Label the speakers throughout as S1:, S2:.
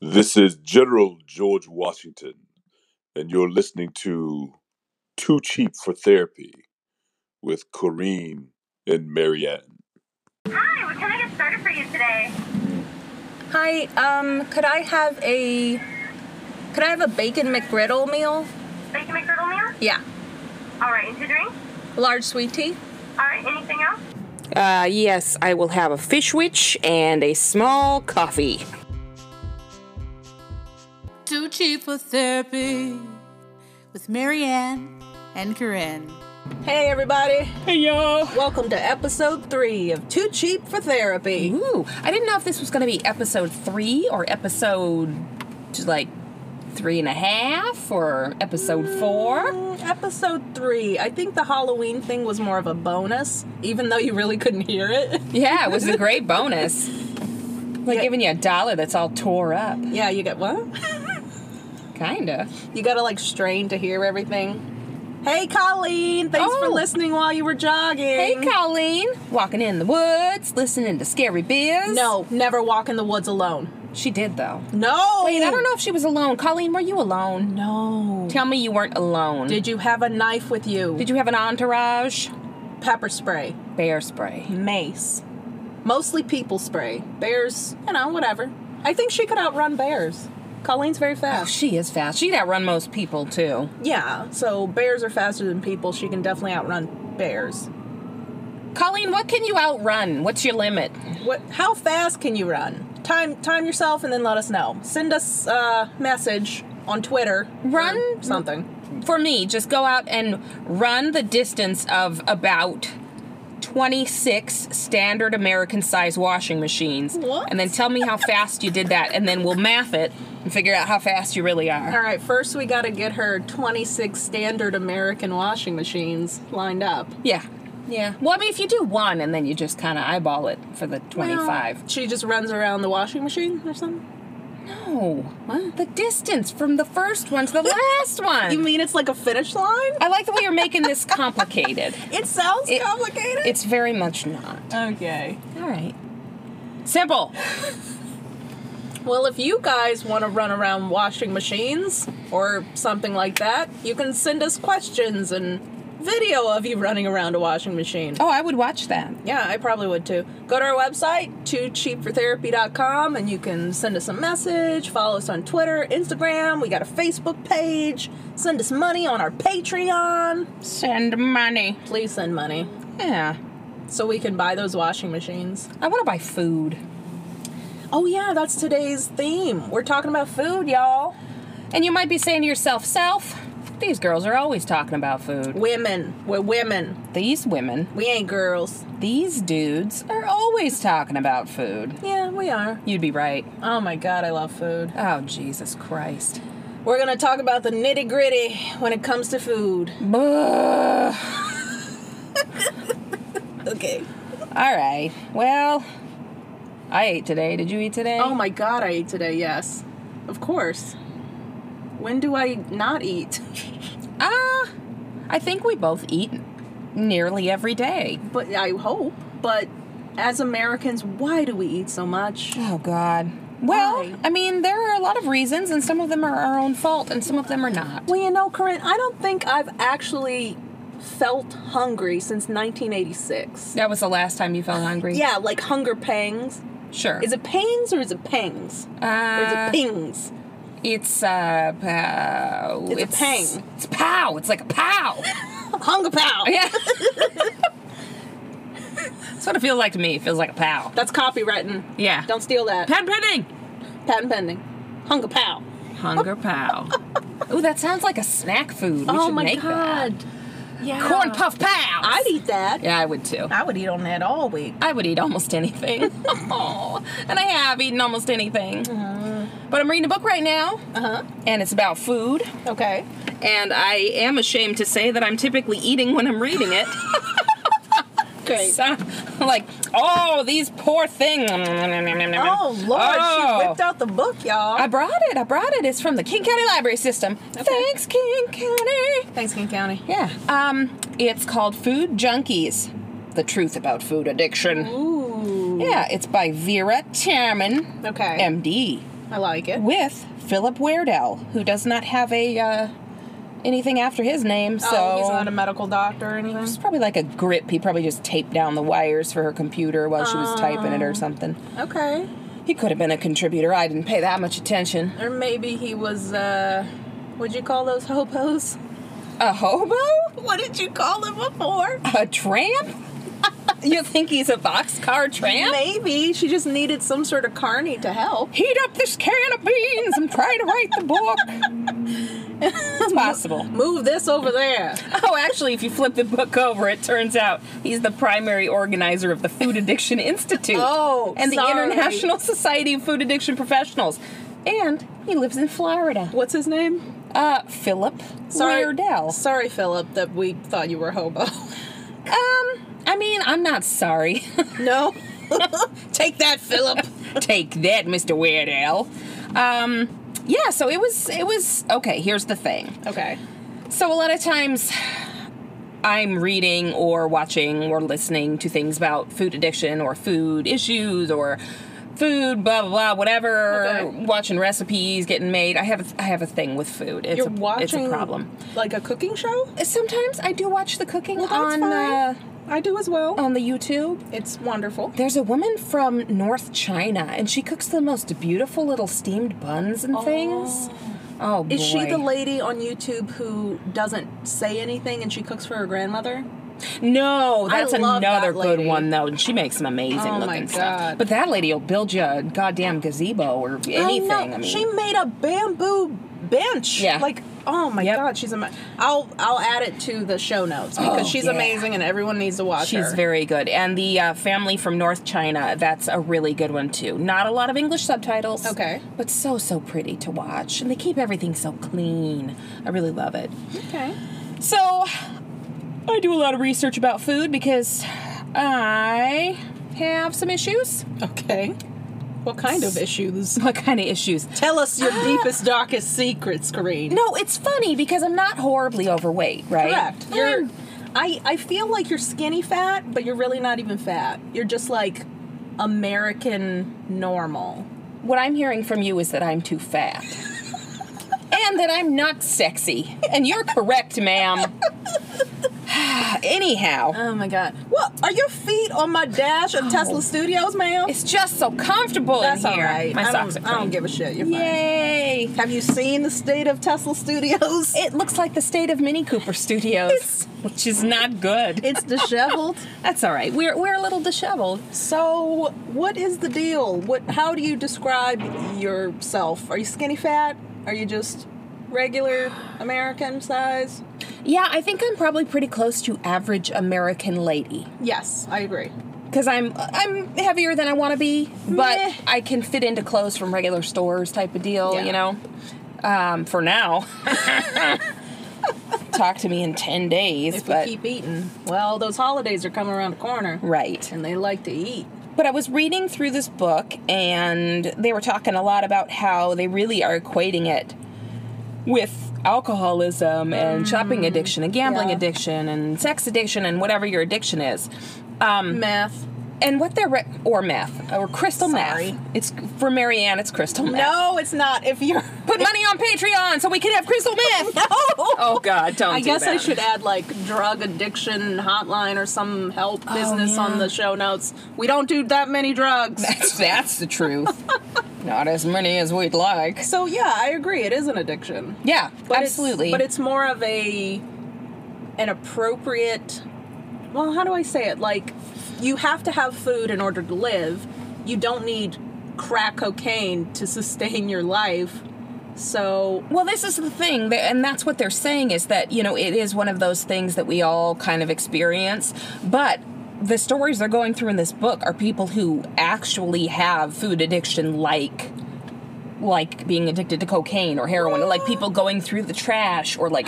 S1: This is General George Washington, and you're listening to Too Cheap for Therapy with Corrine and Marianne.
S2: Hi, what can I get started for you today? Hi, um, could I have a could I have a bacon McGriddle meal? Bacon McGriddle meal? Yeah. All right, and two drinks? Large sweet tea. All right, anything else?
S3: Uh, yes, I will have a fish witch and a small coffee.
S4: Too cheap for therapy with Marianne and Corinne.
S2: Hey everybody.
S3: Hey, y'all.
S2: Welcome to episode 3 of Too Cheap for Therapy.
S5: Ooh, I didn't know if this was going to be episode three or episode just like three and a half or episode four.
S2: Episode 3. I think the Halloween thing was more of a bonus even though you really couldn't hear it.
S5: Yeah, it was a great bonus. Like
S2: Yeah.
S5: giving you a dollar that's all tore up,
S2: Yeah, you get what?
S5: kinda.
S2: You got to like strain to hear everything. Hey Colleen, thanks for
S5: Oh.
S2: listening while you were jogging.
S5: Hey,
S3: Mm-hmm.
S5: Colleen, walking in the woods, listening to Scary Biz.
S2: No, never walk in the woods alone.
S5: she did though.
S2: No.
S5: Wait, I don't know if she was alone. Colleen, were you alone?
S2: No.
S5: Tell me you weren't alone.
S2: Did you have a knife with you?
S5: Did you have an entourage?
S2: pepper spray,
S5: Bear spray.
S2: mace, mostly people spray. Bears, you know, whatever. I think she could outrun bears. Colleen's very fast.
S5: She is fast. She'd outrun most people too.
S2: yeah, so bears are faster than people. She can definitely outrun bears.
S5: Colleen, what can you outrun? What's your limit?
S2: What? How fast can you run? Time time yourself and then let us know. Send us a message on Twitter. or
S5: Run?
S2: something.
S5: for me, just go out and run the distance of about 26 standard American size washing machines.
S2: What?
S5: And then tell me how fast you did that, and then we'll math it and figure out how fast you really
S2: All
S5: are.
S2: right, first we got to get her 26 standard American washing machines lined up.
S5: Yeah. Yeah. Well, I mean, if you do one and then you just kind of eyeball it for the 25.
S2: Well, she just runs around the washing machine or something?
S5: No. What? The distance from the first one to the last one.
S2: You mean it's like a finish line?
S5: I like the way you're making this complicated.
S2: It sounds
S5: It-
S2: complicated.
S5: It's very much not.
S2: okay.
S5: All right. Simple.
S2: Well, if you guys want to run around washing machines or something like that, you can send us questions and video of you running around a washing machine.
S5: Oh, I would watch that.
S2: Yeah, I probably would too. Go to our website, toocheapfortherapy.com, and you can send us a message, follow us on Twitter, Instagram, we got a Facebook page, send us money on our Patreon.
S5: Send money.
S2: Please send money
S5: Yeah.
S2: so we can buy those washing machines.
S5: I want to buy food.
S2: Oh, yeah, that's today's theme. We're talking about food, y'all.
S5: And you might be saying to yourself, self, these girls are always talking about food.
S2: Women, we're women.
S5: These women,
S2: We ain't girls.
S5: these dudes are always talking about food.
S2: Yeah, we are.
S5: You'd be right.
S2: Oh my god, I love food.
S5: Oh, Jesus Christ.
S2: We're gonna talk about the nitty gritty when it comes to food.
S5: Buh.
S2: Okay.
S5: All right. Well, I ate today. Did you eat today?
S2: Oh my god, I ate today, yes. Of course. When do I not eat?
S5: Ah, I think we both eat nearly every day.
S2: But I hope. But as Americans, why do we eat so much?
S5: Oh, God. Well,
S2: Why?
S5: I mean, there are a lot of reasons, and some of them are our own fault, and some of them are not.
S2: Well, you know, Corinne, I don't think I've actually felt hungry since 1986.
S5: That was the last time you felt hungry?
S2: Yeah, like hunger pangs.
S5: Sure.
S2: Is it pangs or is it pangs? Or is
S5: Uh,
S2: it pings?
S5: It's uh, pow.
S2: It's a pang.
S5: It's pow. It's like a pow.
S2: Hunger pow!
S5: yeah. That's what it feels like to me. It feels like a pow.
S2: That's copywritten.
S5: Yeah.
S2: Don't steal that.
S5: Patent pending.
S2: Patent pending. Hunger pow.
S5: Hunger pow. Ooh, that sounds like a snack food. We
S2: oh
S5: should
S2: my
S5: make that.
S2: god. Yeah.
S5: Corn puff pow.
S2: I'd eat that.
S5: Yeah, I would too.
S2: I would eat on that all week.
S5: I would eat almost anything. oh, and I have eaten almost anything. But I'm reading a book right now,
S2: Uh-huh.
S5: and it's about food.
S2: Okay.
S5: And I am ashamed to say that I'm typically eating when I'm reading it.
S2: Great.
S5: So, like, oh, these poor things.
S2: oh Lord, she whipped out the book, y'all.
S5: I brought it. I brought it. It's from the King County Library System. Thanks, King County.
S2: Thanks, King County.
S5: Yeah. Um, it's called Food Junkies: The Truth About Food Addiction.
S2: Ooh.
S5: Yeah, it's by Vera Chairman,
S2: Okay.
S5: MD.
S2: I like it.
S5: with Philip Weirdell, who does not have a uh, anything after his name. So
S2: oh, he's not a medical doctor or anything.
S5: It's probably like a grip. He probably just taped down the wires for her computer while she was typing
S2: Oh.
S5: it or something.
S2: Okay.
S5: He could have been a contributor. I didn't pay that much attention.
S2: Or maybe he was, uh, what'd you call those hobos?
S5: A hobo?
S2: What did you call them before?
S5: A tramp? you think he's a boxcar tramp?
S2: Maybe she just needed some sort of carny to help.
S5: Heat up this can of beans and try to write the book. It's possible.
S2: Move this over there.
S5: Oh, actually, if you flip the book over, it turns out he's the primary organizer of the Food Addiction Institute.
S2: Oh,
S5: and the
S2: sorry.
S5: International Society of Food Addiction Professionals. And he lives in Florida.
S2: What's his name?
S5: Uh, Philip Weirdell.
S2: Sorry, Philip, that we thought you were hobo.
S5: Um, I mean, I'm not sorry.
S2: no. Take that, Philip.
S5: Take that, Mr. Weirdell. Um, yeah, so it was, it was, okay, here's the thing.
S2: okay.
S5: So a lot of times I'm reading or watching or listening to things about food addiction or food issues or food blah blah blah whatever
S2: Okay.
S5: watching recipes getting made i have a, i have a thing with food it's
S2: You're
S5: a,
S2: watching
S5: it's a problem
S2: Like a cooking show?
S5: sometimes i do watch the cooking
S2: That's
S5: on uh, Oh.
S2: fine. I do as well.
S5: on the youtube
S2: it's wonderful.
S5: there's a woman from north china and she cooks the most beautiful little steamed buns and things oh boy.
S2: Is she the lady on YouTube who doesn't say anything and she cooks for her grandmother?
S5: No, that's
S2: love that
S5: another good
S2: lady.
S5: one though, and she makes some amazing
S2: Oh my
S5: looking stuff.
S2: God.
S5: But that lady'll build you a goddamn gazebo or anything.
S2: I
S5: I,
S2: know.
S5: mean,
S2: she made a bamboo bench.
S5: Yeah.
S2: Like, oh my
S5: Yep.
S2: god, she's amazing. I'll I'll add it to the show notes because
S5: Oh,
S2: she's
S5: yeah.
S2: amazing and everyone needs to watch her.
S5: she's very good. And the uh, family from North China, that's a really good one too. Not a lot of English subtitles,
S2: Okay.
S5: but so so pretty to watch, and they keep everything so clean. I really love it.
S2: okay.
S5: So, I do a lot of research about food because I have some issues.
S2: Okay. What kind of issues? Ah.
S5: What kind of issues?
S2: Tell us your deepest, darkest secrets, Corrine.
S5: No, it's funny because I'm not horribly overweight, right?
S2: Correct.
S5: I'm-
S2: You're, I, I feel like you're skinny fat, but you're really not even fat. You're just like American normal.
S5: what I'm hearing from you is that I'm too fat. and that I'm not sexy. And you're correct, ma'am. Anyhow,
S2: Oh my god. What? Are your feet on my dash
S5: Oh.
S2: at Tesla Studios, ma'am?
S5: it's just so comfortable
S2: That's
S5: in
S2: all
S5: here.
S2: right.
S5: My
S2: I,
S5: socks are
S2: don't, I
S5: clean.
S2: don't give a shit. You're fine.
S5: Yay!
S2: Have you seen the state of Tesla Studios?
S5: It looks like the state of Mini Cooper Studios, which is not good.
S2: it's disheveled.
S5: That's all right. We're we're a little disheveled.
S2: so, what is the deal? What? How do you describe yourself? Are you skinny fat? Are you just regular American size?
S5: Yeah, I think I'm probably pretty close to average American lady.
S2: Yes, I agree.
S5: because I'm I'm heavier than I want to be, but
S2: Meh.
S5: I can fit into clothes from regular stores type of deal,
S2: Yeah.
S5: you know. Um, for now, talk to me in ten days,
S2: If
S5: but
S2: we keep eating, well, those holidays are coming around the corner,
S5: right.
S2: and they like to eat.
S5: But I was reading through this book, and they were talking a lot about how they really are equating it with alcoholism and shopping addiction and gambling
S2: Mm. Yeah.
S5: addiction and sex addiction and whatever your addiction is. Hmm.
S2: Meth.
S5: And what they're re- or meth or crystal
S2: Sorry.
S5: meth. It's for Marianne. It's crystal meth.
S2: No, it's not. If you're
S5: Put money on Patreon so we can have crystal meth.
S2: Oh,
S5: Oh, God, don't
S2: I
S5: do
S2: guess I
S5: that.
S2: should add like drug addiction hotline or some help business on
S5: Oh, yeah.
S2: the show notes. We don't do that many drugs.
S5: That's, that's the truth. Not as many as we'd like.
S2: so yeah, I agree. It is an addiction.
S5: Yeah,
S2: it's-
S5: absolutely.
S2: but it's more of a an appropriate. Well, how do I say it? Like you have to have food in order to live. You don't need crack cocaine to sustain your life. So
S5: well, this is the thing, that- and that's what they're saying is that you know it is one of those things that we all kind of experience, but. The stories they're going through in this book are people who actually have food addiction, like, like being addicted to cocaine or heroin, or like people going through the trash, or like,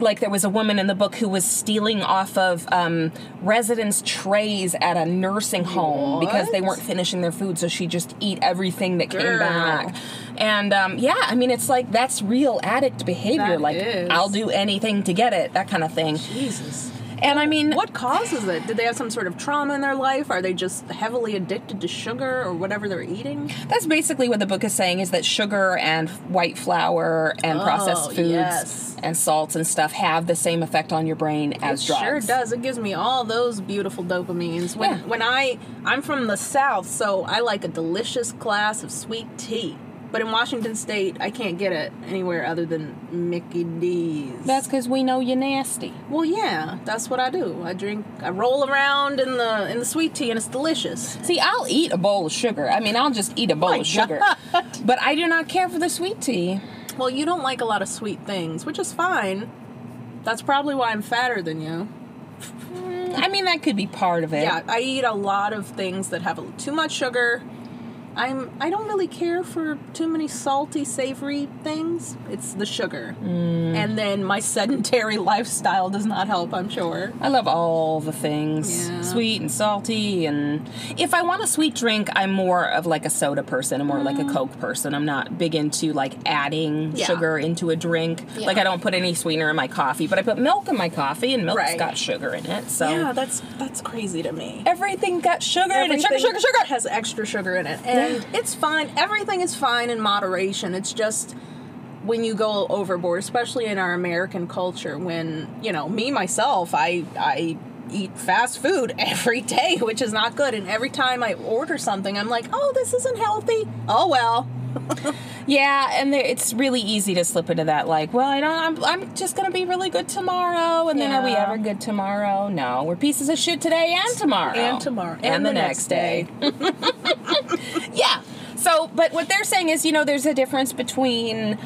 S5: like there was a woman in the book who was stealing off of um, residents' trays at a nursing home because they
S2: What?
S5: weren't finishing their food, so she just eat everything that came
S2: Girl.
S5: back. And um, yeah, I mean, it's like that's real addict behavior.
S2: That
S5: like,
S2: is.
S5: I'll do anything to get it, that kind of thing.
S2: Jesus.
S5: And I mean,
S2: What causes it? Did they have some sort of trauma in their life? Are they just heavily addicted to sugar or whatever they're eating?
S5: that's basically what the book is saying is that sugar and white flour and processed
S2: Oh,
S5: foods
S2: yes.
S5: and salts and stuff have the same effect on your brain as drugs.
S2: Sure does. It gives me all those beautiful dopamines. When
S5: Yeah.
S2: when I I'm from the South, so I like a delicious glass of sweet tea. But in Washington State, I can't get it anywhere other than Mickey D's.
S5: That's because we know you're nasty.
S2: well, yeah. That's what I do. I drink. I roll around in the in the sweet tea, and it's delicious.
S5: See, I'll eat a bowl of sugar. I mean, I'll just eat a bowl
S2: My
S5: of sugar.
S2: God.
S5: But I do not care for the sweet tea.
S2: Well, you don't like a lot of sweet things, which is fine. That's probably why I'm fatter than you.
S5: I mean, that could be part of it.
S2: Yeah, I eat a lot of things that have a, too much sugar. I'm I don't really care for too many salty, savory things. It's the sugar, and then my sedentary lifestyle does not help. I'm sure.
S5: I love all the things
S2: Yeah.
S5: sweet and salty. And if I want a sweet drink, I'm more of like a soda person. I'm more like a Coke person. I'm not big into like adding
S2: Mm-hmm. Yeah.
S5: sugar into a drink. Like, I don't put any sweetener in my coffee, but I put milk in my coffee, and milk's
S2: Right.
S5: got sugar in it. So
S2: Yeah, that's that's crazy to me.
S5: everything got sugar in it. Sugar, sugar, sugar.
S2: has extra sugar in it, and it's fine. Everything is fine in moderation. It's just when you go overboard, especially in our American culture, when you know me myself, I I eat fast food every day, which is not good. And every time I order something, I'm like, oh, this isn't healthy. Oh well.
S5: Yeah, and there, it's really easy to slip into that. Like, well, I don't. I'm, I'm just gonna be really good tomorrow, and then are we
S2: Yeah.
S5: ever good tomorrow? No, we're pieces of shit today and tomorrow
S2: And tomorrow.
S5: and, the, next day. yeah. So, but what they're saying is, you know, there's a difference between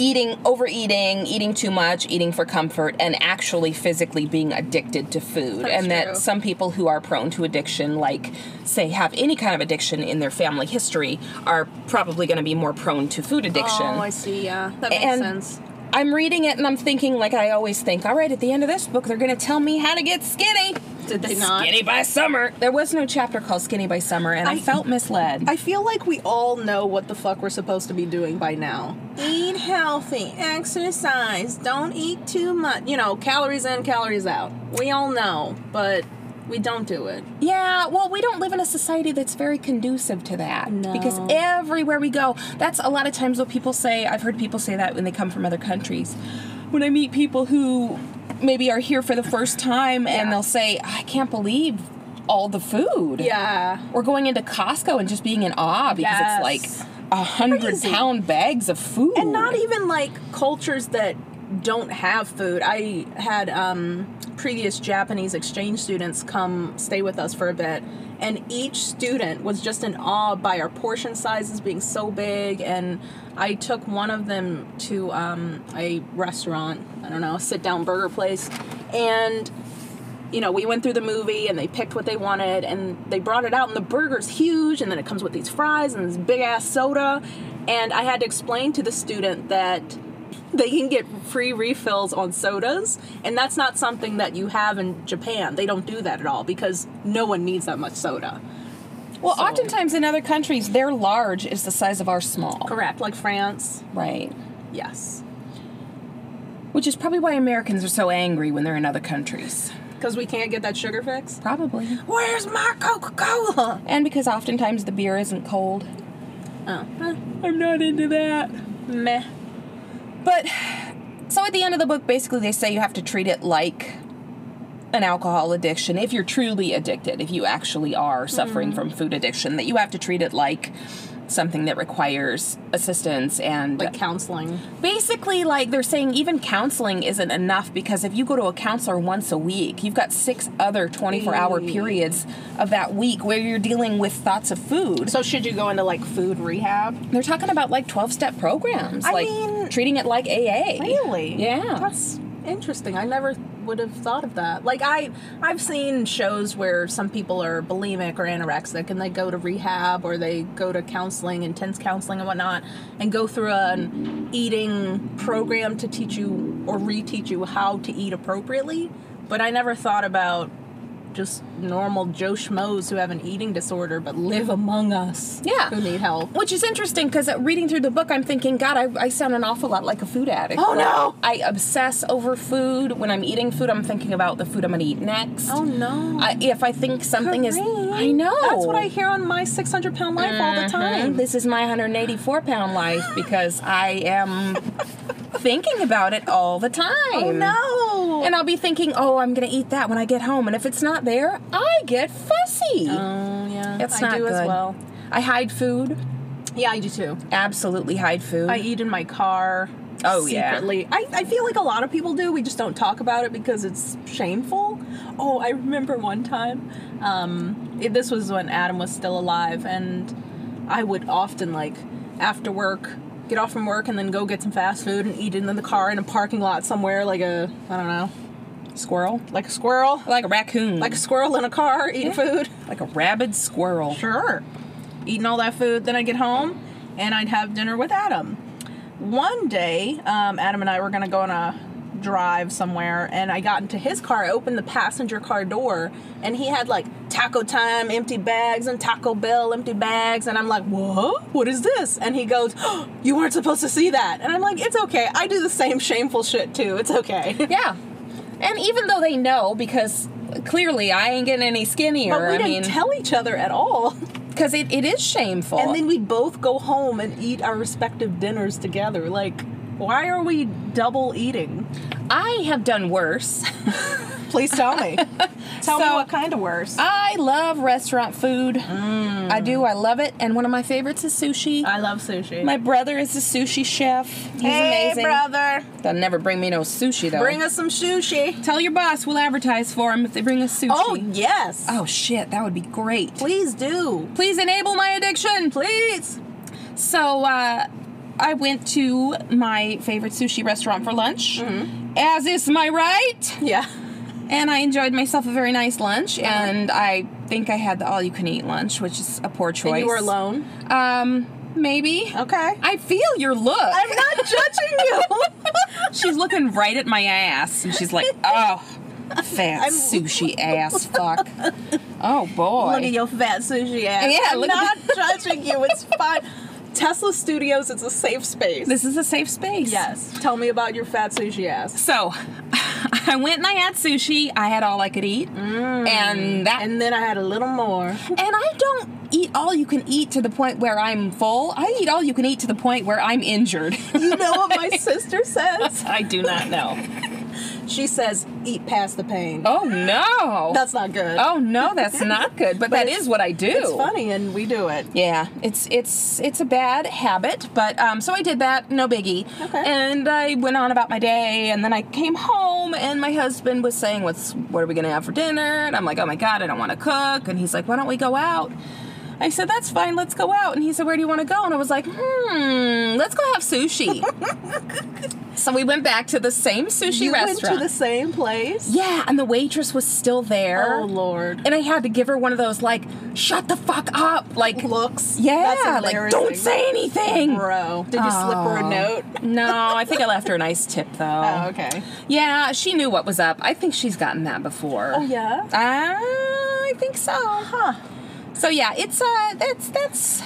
S5: eating, overeating, eating too much, eating for comfort, and actually physically being addicted to food.
S2: That's
S5: and
S2: true.
S5: that some people who are prone to addiction, like, say, have any kind of addiction in their family history, are probably going to be more prone to food addiction.
S2: Oh, I see. Yeah, that makes
S5: And-
S2: sense.
S5: I'm reading it and I'm thinking, like I always think, all right, at the end of this book, they're going to tell me how to get skinny.
S2: Did they not?
S5: Skinny by summer. There was no chapter called Skinny by Summer, and I,
S2: I-
S5: felt misled.
S2: I feel like we all know what the fuck we're supposed to be doing by now. Eat healthy, exercise, don't eat too much. You know, calories in, calories out. We all know, but we don't do it.
S5: yeah, well, we don't live in a society that's very conducive to that.
S2: No.
S5: Because everywhere we go, that's a lot of times what people say. I've heard people say that when they come from other countries. When I meet people who maybe are here for the first time and they'll say, I can't believe all the food.
S2: Yeah.
S5: or going into Costco and just being in awe because
S2: Yes.
S5: it's like a hundred
S2: Crazy.
S5: pound bags of food.
S2: And not even like cultures that don't have food. I had um, previous Japanese exchange students come stay with us for a bit, and each student was just in awe by our portion sizes being so big. And I took one of them to um, a restaurant, I don't know, a sit down burger place, and you know, we went through the movie and they picked what they wanted and they brought it out and the burger's huge and then it comes with these fries and this big ass soda. And I had to explain to the student that they can get free refills on sodas and that's not something that you have in Japan. They don't do that at all because no one needs that much soda.
S5: well, oftentimes in other countries, their large is the size of our small,
S2: Correct, like France.
S5: right?
S2: Yes.
S5: Which is probably why Americans are so angry when they're in other countries.
S2: Because we can't get that sugar fix.
S5: Probably,
S2: Where's my Coca Cola?
S5: and because oftentimes the beer isn't cold.
S2: Oh, eh,
S5: I'm not into that.
S2: meh.
S5: But so at the end of the book, basically they say you have to treat it like an alcohol addiction if you're truly addicted, if you actually are suffering from food addiction, that you have to treat it like something that requires assistance and
S2: Like counseling.
S5: basically like they're saying even counseling isn't enough because if you go to a counselor once a week you've got six other 24 hour periods of that week where you're dealing with thoughts of food
S2: So, should you go into like food rehab?
S5: they're talking about like 12 step programs
S2: I
S5: like
S2: mean-
S5: treating it like aa
S2: Really?
S5: Yeah.
S2: That's interesting. I never would have thought of that. Like I I've seen shows where some people are bulimic or anorexic and they go to rehab or they go to counseling, intense counseling and whatnot, and go through an eating program to teach you or reteach you how to eat appropriately. But I never thought about just normal Joe schmoes who have an eating disorder but live among us.
S5: Yeah.
S2: Who need help.
S5: Which is interesting because reading through the book, I'm thinking, God, I, I sound an awful lot like a food addict.
S2: Oh, no!
S5: I obsess over food. When I'm eating food, I'm thinking about the food I'm going to eat next.
S2: Oh, no.
S5: I, if I think something is, I know.
S2: That's what I hear on my 600 pound life all the
S5: Mhm.
S2: time.
S5: This is my 184 pound life because I am thinking about it all the time. Oh
S2: No.
S5: And I'll be thinking, oh, I'm gonna eat that when I get home, and if it's not there, I get fussy.
S2: Oh, yeah.
S5: That's
S2: I
S5: not
S2: do
S5: good.
S2: as well.
S5: I hide food.
S2: Yeah, I do too.
S5: Absolutely hide food.
S2: I eat in my car.
S5: Mm. Oh, yeah.
S2: secretly. I, I feel like a lot of people do. We just don't talk about it because it's shameful. Oh, I remember one time. Um, it- this was when Adam was still alive, and I would often like after work get off from work and then go get some fast food and eat it in the car in a parking lot somewhere, like a I don't know,
S5: squirrel.
S2: like a squirrel,
S5: Like a raccoon.
S2: like a squirrel in a car eating food.
S5: like a rabid squirrel.
S2: Sure. Eating all that food. Then I'd get home and I'd have dinner with Adam. One day, um, Adam and I were going to go on a drive somewhere and I got into his car. I opened the passenger car door and he had like taco time empty bags and Taco Bell empty bags. And I'm like, whoa, what is this? And he goes, oh, you weren't supposed to see that. And I'm like, it's okay. I do the same shameful shit too. It's okay.
S5: Yeah. And even though they know, because clearly I ain't getting any skinnier.
S2: But we
S5: I
S2: didn't
S5: mean,
S2: tell each other at all.
S5: because it, it is shameful.
S2: And then we both go home and eat our respective dinners together. Like, why are we double eating?
S5: I have done worse.
S2: Please tell me. tell me
S5: So-
S2: what kind of worse.
S5: I love restaurant food. I do. I love it. And one of my favorites is sushi.
S2: I love sushi.
S5: my brother is a sushi chef. He's
S2: hey,
S5: amazing. Oh.
S2: brother,
S5: They'll never bring me no sushi though.
S2: bring us some sushi.
S5: Tell your boss we'll advertise for him if they bring us sushi.
S2: Oh yes.
S5: Oh, shit, that would be great.
S2: please do.
S5: Please enable my addiction.
S2: Please.
S5: So uh, I went to my favorite sushi restaurant for lunch,
S2: Mm-hmm.
S5: as is my right.
S2: Yeah.
S5: And I enjoyed myself a very nice lunch,
S2: Uh-huh.
S5: and I think I had the all-you-can-eat lunch, which is a poor choice.
S2: And you were alone.
S5: Um, maybe.
S2: Okay.
S5: I feel your look.
S2: I'm not judging you.
S5: she's looking right at my ass, and she's like, "Oh, fat sushi ass, fuck." Oh boy.
S2: Look at your fat sushi ass.
S5: Yeah,
S2: I'm
S5: look
S2: not
S5: at-
S2: judging you. It's fine. Tesla Studios. It's a safe space.
S5: this is a safe space.
S2: yes. Tell me about your fat sushi ass.
S5: So, I went and I had sushi. I had all I could eat, and that.
S2: Mm. And then I had a little more.
S5: And I don't eat all you can eat to the point where I'm full. I eat all you can eat to the point where I'm injured.
S2: You know what my sister says?
S5: I do not know.
S2: She says, eat past the pain.
S5: Oh no.
S2: That's not good.
S5: oh no, that's not good. But, that
S2: it's-
S5: is what I do.
S2: It's funny, and we do it.
S5: Yeah, it's it's it's a bad habit, but um, so I did that, no biggie.
S2: Okay.
S5: And I went on about my day, and then I came home, and my husband was saying, "What's what are we gonna have for dinner?" And I'm like, "Oh my god, I don't want to cook." And he's like, "Why don't we go out?" I said, "That's fine, let's go out." And he said, "Where do you want to go?" And I was like, "Hmm, let's go have sushi." so we went back to the same sushi
S2: you
S5: restaurant.
S2: went to the same place?
S5: yeah, and the waitress was still there.
S2: Oh, Lord.
S5: And I had to give her one of those like, "Shut the fuck up!" like
S2: Looks.
S5: yeah,
S2: That's
S5: like
S2: embarrassing.
S5: don't say anything.
S2: Bro. Did you slip her a
S5: Oh.
S2: note?
S5: no, I think I left her a nice tip though.
S2: Oh, okay.
S5: Yeah, she knew what was up. I think she's gotten that before.
S2: Oh, yeah?
S5: I think so. Huh. So yeah, it's uh that's that's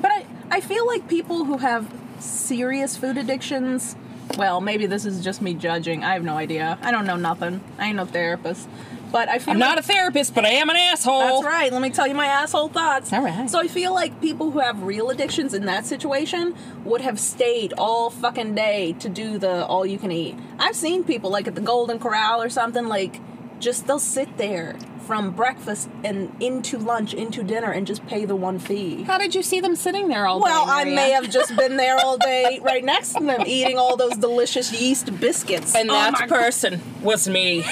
S2: But I, I feel like people who have serious food addictions, well, maybe this is just me judging. I have no idea. I don't know nothing. I ain't no therapist. But I feel
S5: I'm
S2: like
S5: not a therapist, but I am an asshole.
S2: That's right. Let me tell you my asshole thoughts.
S5: All right.
S2: So I feel like people who have real addictions in that situation would have stayed all fucking day to do the all you can eat. I've seen people like at the Golden Corral or something like just they'll sit there from breakfast and into lunch into dinner and just pay the one fee.
S5: How did you see them sitting there all
S2: Well,
S5: day?
S2: I
S5: Maria?
S2: may have just been there all day right next to them eating all those delicious yeast biscuits.
S5: And
S2: Oh
S5: that
S2: my
S5: person was me.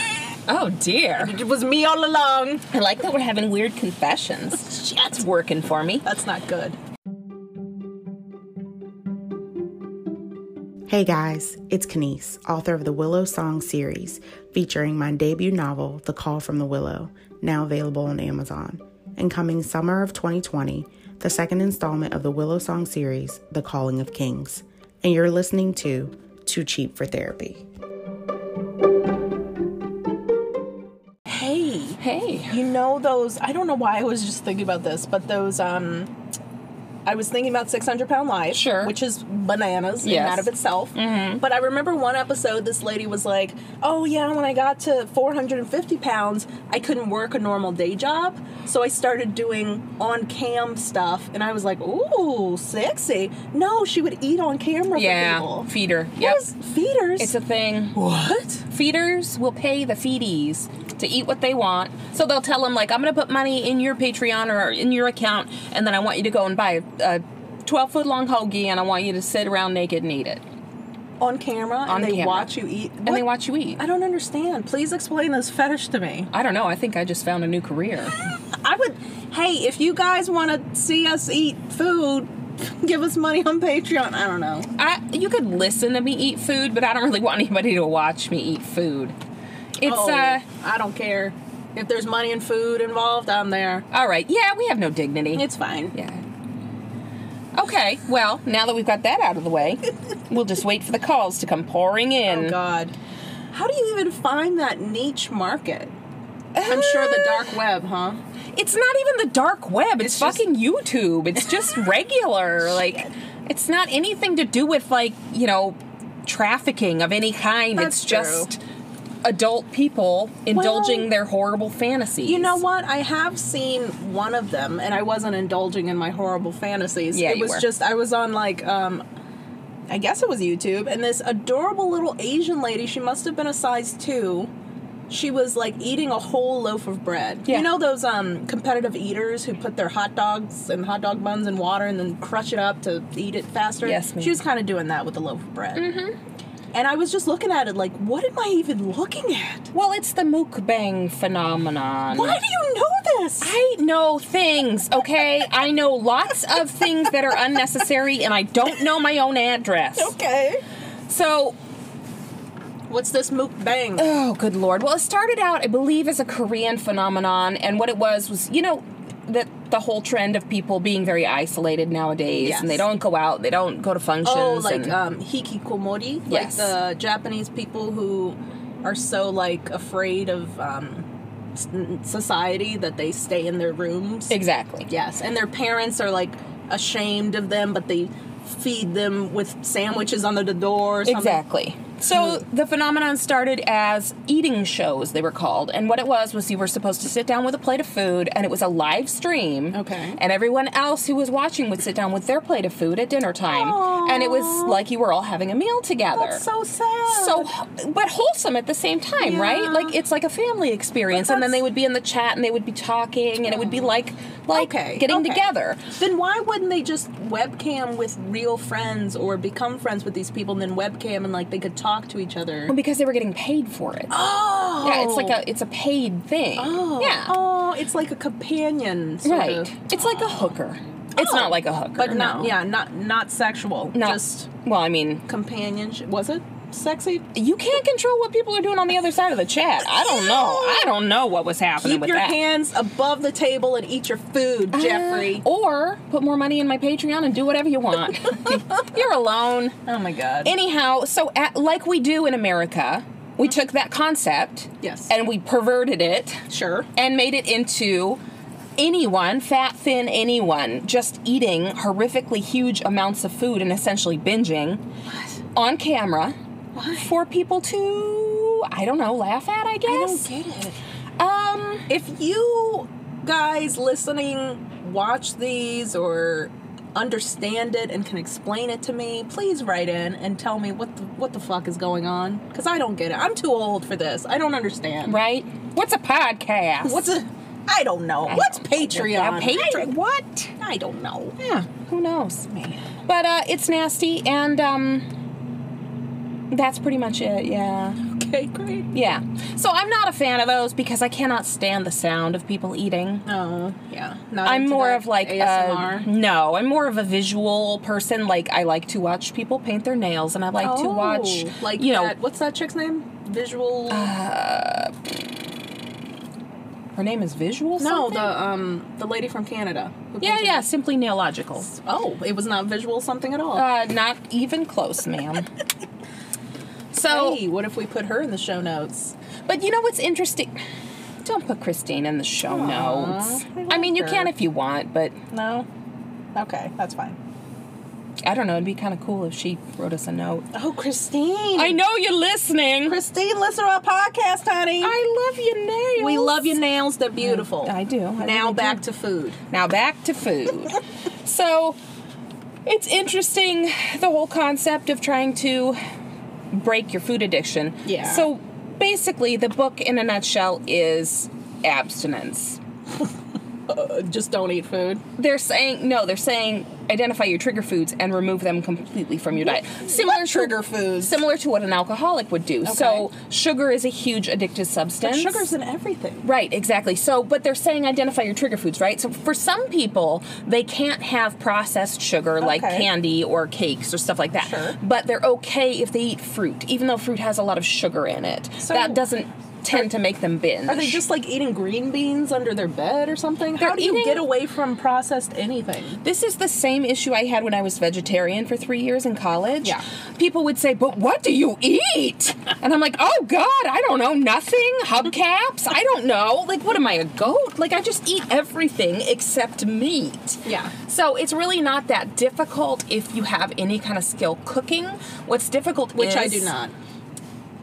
S5: Oh dear.
S2: God, it was me all along.
S5: I like that we're having weird confessions. That's working for me.
S2: That's not good.
S6: Hey guys, it's Kanice, author of the Willow Song series, featuring my debut novel, The Call from the Willow, now available on Amazon. And coming summer of 2020, the second installment of the Willow Song series, The Calling of Kings. And you're listening to Too Cheap for Therapy.
S2: Hey.
S5: Hey.
S2: You know those. I don't know why I was just thinking about this, but those. um I was thinking about 600 Pound Life,
S5: Sure.
S2: which is bananas in
S5: Yes. Mm-hmm.
S2: and out of itself. But I remember one episode, this lady was like, Oh, yeah, when I got to 450 pounds, I couldn't work a normal day job. So I started doing on cam stuff, and I was like, Ooh, sexy. No, she would eat on camera
S5: Yeah,
S2: for people.
S5: feeder.
S2: What
S5: Yep.
S2: is feeders?
S5: It's a thing.
S2: what?
S5: feeders will pay the feedies to eat what they want. So they'll tell them, like, I'm going to put money in your Patreon or in your account, and then I want you to go and buy a 12 foot long hoagie, and I want you to sit around naked and eat it.
S2: On camera,
S5: On
S2: and they
S5: camera.
S2: watch you eat.
S5: And they watch you eat.
S2: I don't understand. Please explain this fetish to me.
S5: I don't know. I think I just found a new career.
S2: I would. Hey, if you guys want to see us eat food, give us money on Patreon. I don't know.
S5: I you could listen to me eat food, but I don't really want anybody to watch me eat food. It's
S2: Oh,
S5: uh
S2: I don't care if there's money and food involved. I'm there.
S5: all right. Yeah, we have no dignity.
S2: It's fine.
S5: Yeah. Okay, well, now that we've got that out of the way, we'll just wait for the calls to come pouring
S2: Oh
S5: in.
S2: God, how do you even find that niche market? I'm sure the dark web, huh?
S5: It's not even the dark web. It's,
S2: It's just-
S5: fucking YouTube. It's just regular. like, it's not anything to do with like you know trafficking of any kind.
S2: That's
S5: it's just adult people indulging their horrible fantasies.
S2: You know what? I have seen one of them, and I wasn't indulging in my horrible fantasies.
S5: Yeah,
S2: it
S5: you
S2: was
S5: were.
S2: just I was on like um, I guess it was YouTube, and this adorable little Asian lady. She must have been a size two. She was like eating a whole loaf of bread.
S5: Yeah.
S2: You know those um, competitive eaters who put their hot dogs and hot dog buns in water and then crush it up to eat it faster.
S5: Yes, ma'am.
S2: she was kind of doing that with a loaf of bread. Mm-hmm. And I was just looking at it like, what am I even looking at?
S5: Well, it's the mukbang phenomenon.
S2: Why do you know this?
S5: Mm. I know things, okay? I know lots of things that are unnecessary, and I don't know my own address.
S2: okay.
S5: So,
S2: What's this mukbang?
S5: oh, good lord. Well, it started out, I believe, as a Korean phenomenon, and what it was was, you know, that the whole trend of people being very isolated nowadays, and they
S2: Yes.
S5: don't go out, they don't go to functions.
S2: oh, like
S5: and-
S2: um, hikikomori,
S5: Yes.
S2: like the Japanese people who are so like afraid of um, s- society that they stay in their rooms.
S5: exactly.
S2: Yes, and their parents are like ashamed of them, but they feed them with sandwiches under the door. Or something.
S5: Exactly. So
S2: Hmm.
S5: the phenomenon started as eating shows, they were called. And what it was was you were supposed to sit down with a plate of food, and it was a live stream.
S2: Okay.
S5: And everyone else who was watching would sit down with their plate of food at dinner time. And it was like you were all having a meal together.
S2: That's so sad.
S5: So, but wholesome at the same time, right? Like it's like a family experience, and
S2: that's-
S5: then they would be in the chat and they would be talking, and it would be like, like
S2: Okay,
S5: getting
S2: okay.
S5: together.
S2: Then why wouldn't they just webcam with real friends or become friends with these people and then webcam and like they could talk to each other?
S5: Well, because they were getting paid for it.
S2: Oh,
S5: Yeah, it's like a it's a paid thing.
S2: Oh,
S5: yeah.
S2: Oh, it's like a companion. Sort
S5: right.
S2: Of.
S5: It's like a hooker. It's not like a hooker,
S2: Oh. But not
S5: no.
S2: yeah, not not sexual.
S5: Not-
S2: Just
S5: well, I mean,
S2: companionship. Was it sexy?
S5: you can't control what people are doing on the other side of the chat. I don't know. I don't know what was happening
S2: Keep
S5: with
S2: your
S5: that. Uh,
S2: hands above the table and eat your food,
S5: oh.
S2: Jeffrey.
S5: or put more money in my Patreon and do whatever you want. You're alone.
S2: Oh my god.
S5: Anyhow, so at, like we do in America, we took that concept,
S2: Mm-hmm. Yes.
S5: and we perverted it,
S2: sure.
S5: and made it into anyone, fat, thin, anyone, just eating horrifically huge amounts of food and essentially binging on camera for people to, I don't know, laugh at, I guess.
S2: I don't get it.
S5: um,
S2: If you guys listening watch these or understand it and can explain it to me, please write in and tell me what the, what the fuck is going on cuz I don't get it. I'm too old for this. I don't understand.
S5: right? What's a podcast?
S2: What's a I don't know.
S5: I
S2: What's
S5: don't know.
S2: Patreon?
S5: Yeah, Patre-
S2: I, what? I don't know.
S5: Yeah, who knows? But uh, it's nasty, and um, that's pretty much it. Yeah,
S2: Okay, great.
S5: yeah. So I'm not a fan of those because I cannot stand the sound of people eating.
S2: No, yeah. Not
S5: I'm
S2: into
S5: more
S2: that
S5: of like A,
S2: ASMR.
S5: no, I'm more of a visual person. Like I like to watch people paint their nails, and I like to watch
S2: Oh, like
S5: you know Uh,
S2: that, what's that chick's name? Visual
S5: her name is visual.
S2: No,
S5: something?
S2: the um the lady from Canada. who
S5: yeah,
S2: painted-
S5: yeah, simply neological.
S2: Oh, it was not visual something at all.
S5: Uh, not even close, ma'am. So oh.
S2: Hey, what if we put her in the show notes?
S5: But you know what's interesting? Don't put Christine in the show notes. I, mean, you can if you want, but
S2: No? Okay, that's fine.
S5: I don't know. It'd be kind of cool if she wrote us a note.
S2: Oh, Christine.
S5: I know you're listening.
S2: Christine, listen to our podcast, honey.
S5: I love your nails.
S2: we love your nails. They're beautiful.
S5: I do. I
S2: now
S5: really do.
S2: back to food.
S5: Now back to food. so it's interesting the whole concept of trying to break your food addiction.
S2: Yeah.
S5: So basically, the book in a nutshell is abstinence.
S2: Uh, just don't eat food.
S5: They're saying no. They're saying identify your trigger foods and remove them completely from your diet. Similar
S2: what
S5: to-
S2: trigger foods?
S5: Similar to what an alcoholic would do. So sugar is a huge addictive substance.
S2: Sugar's in everything.
S5: Right, exactly. So, but they're saying identify your trigger foods, right? So, for some people, they can't have processed sugar like
S2: Okay.
S5: candy or cakes or stuff like that.
S2: Sure.
S5: But they're okay if they eat fruit, even though fruit has a lot of sugar in it.
S2: So-
S5: that doesn't tend to make them binge.
S2: Are they just like eating green beans under their bed or something? How
S5: They're
S2: do you
S5: eating-
S2: get away from processed anything?
S5: This is the same issue I had when I was vegetarian for three years in college.
S2: Yeah.
S5: People would say, But what do you eat? And I'm like, Oh God, I don't know. Nothing. Hubcaps. I don't know. Like, what am I, a goat? Like, I just eat everything except meat.
S2: Yeah.
S5: So it's really not that difficult if you have any kind of skill cooking. What's difficult
S2: Which I
S5: is-
S2: do not.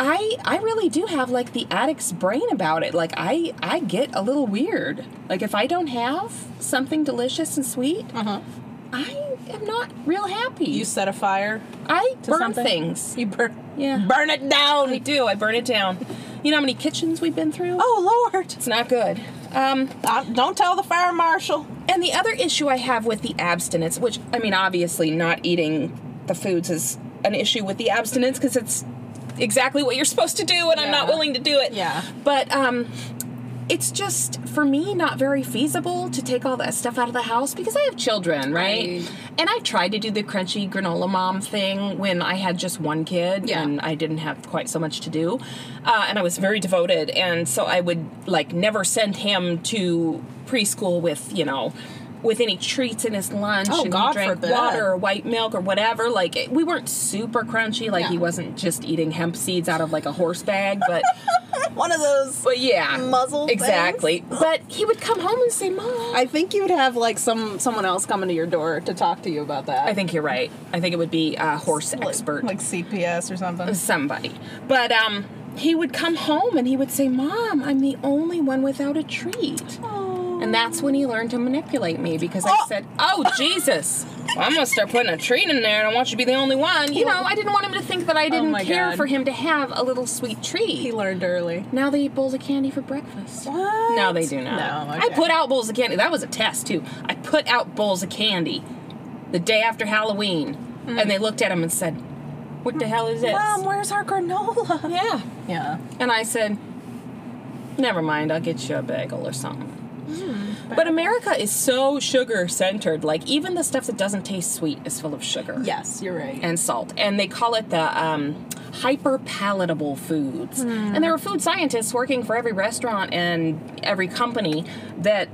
S5: I I really do have like the addict's brain about it. Like I I get a little weird. Like if I don't have something delicious and sweet, Mm-hmm. I am not real happy.
S2: You set a fire
S5: I
S2: to
S5: burn
S2: something?
S5: things.
S2: You burn.
S5: Yeah.
S2: Burn it down.
S5: I do. I burn it down. You know how many kitchens we've been through?
S2: Oh Lord!
S5: it's not good. Um,
S2: Uh, don't tell the fire marshal.
S5: And the other issue I have with the abstinence, which I mean, obviously, not eating the foods is an issue with the abstinence because it's exactly what you're supposed to do, and I'm not
S2: Yeah.
S5: willing to do it.
S2: Yeah.
S5: But um, it's just for me not very feasible to take all that stuff out of the house because I have children, right?
S2: Right.
S5: And I tried to do the crunchy granola mom thing when I had just one kid,
S2: Yeah.
S5: and I didn't have quite so much to do, uh, and I was very devoted, and so I would like never send him to preschool with you know. With any treats in his lunch,
S2: Oh,
S5: and he
S2: God
S5: drank
S2: forbid.
S5: water or white milk or whatever. Like it, we weren't super crunchy. Like he
S2: Yeah.
S5: wasn't just eating hemp seeds out of like a horse bag, but
S2: One of those.
S5: but yeah,
S2: Muzzle things?
S5: exactly. But he would come home and say, "Mom."
S2: I think you'd have like some someone else coming to your door to talk to you about that.
S5: I think you're right. I think it would be a horse expert.
S2: like CPS or something.
S5: somebody. But um he would come home and he would say, "Mom, I'm the only one without a treat." And that's when he learned to manipulate me because I said, "Oh Jesus, well, I'm gonna start putting a treat in there, and I want you to be the only one." You know, I didn't want him to think that I didn't
S2: Oh my
S5: care
S2: God.
S5: for him to have a little sweet
S2: He
S5: treat.
S2: learned early.
S5: Now they eat bowls of candy for breakfast.
S2: What?
S5: No, they do not.
S2: No,
S5: I
S2: okay.
S5: put out bowls of candy. That was a test too. I put out bowls of candy the day after Halloween, and they looked at him and said, "What the hell is this?"
S2: Hmm. Mom, where's our granola?
S5: Yeah.
S2: Yeah.
S5: And I said, never mind, I'll get you a bagel or something.
S2: Hmm,
S5: But America is so sugar centered. Like, even the stuff that doesn't taste sweet is full of sugar
S2: Yes, you're right.
S5: and salt. And they call it the um, hyper palatable foods. And there are food scientists working for every restaurant and every company that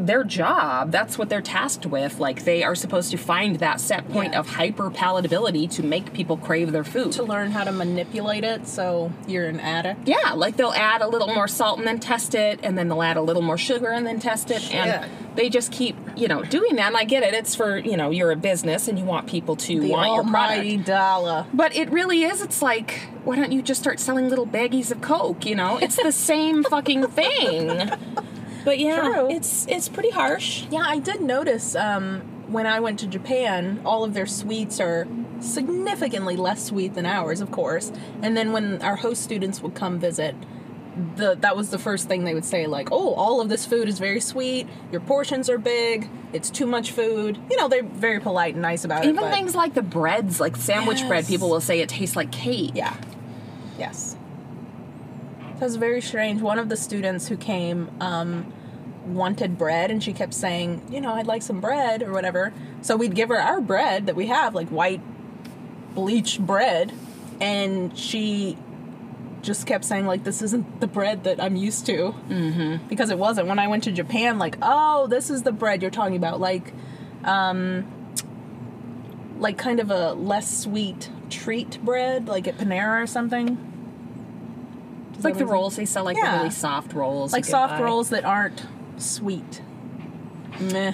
S5: their job that's what they're tasked with like they are supposed to find that set point of hyper palatability to make people crave their food
S2: to learn how to manipulate it, so you're an addict.
S5: yeah, like they'll add a little more salt and then test it, and then they'll add a little more sugar and then test it, and they just keep, you know, doing that. And I get it; it's for you know, you're a business and you want people to
S2: The
S5: want your
S2: almighty
S5: product.
S2: Oh dollar.
S5: But it really is. It's like, why don't you just start selling little baggies of Coke? You know, it's the same fucking thing. But yeah,
S2: True.
S5: it's it's pretty harsh.
S2: Yeah, I did notice um, when I went to Japan, all of their sweets are significantly less sweet than ours, of course. And then when our host students would come visit, the that was the first thing they would say, like, "Oh, all of this food is very sweet. Your portions are big. It's too much food." You know, they're very polite and nice about it.
S5: Even
S2: but-
S5: things like the breads, like sandwich bread,
S2: Yes.
S5: people will say it tastes like cake.
S2: Yeah. Yes. That was very strange. One of the students who came um, wanted bread, and she kept saying, you know, I'd like some bread or whatever. So we'd give her our bread that we have, like white bleached bread, and she just kept saying like this isn't the bread that i'm used to mm-hmm. because it wasn't when i went to japan like oh this is the bread you're talking about like like kind of a less sweet treat bread, like at Panera or something.
S7: It's like the rolls they sell, like the
S2: Yeah.
S7: really soft rolls. you
S2: like
S7: could
S2: soft
S7: buy.
S2: rolls that aren't sweet. Meh.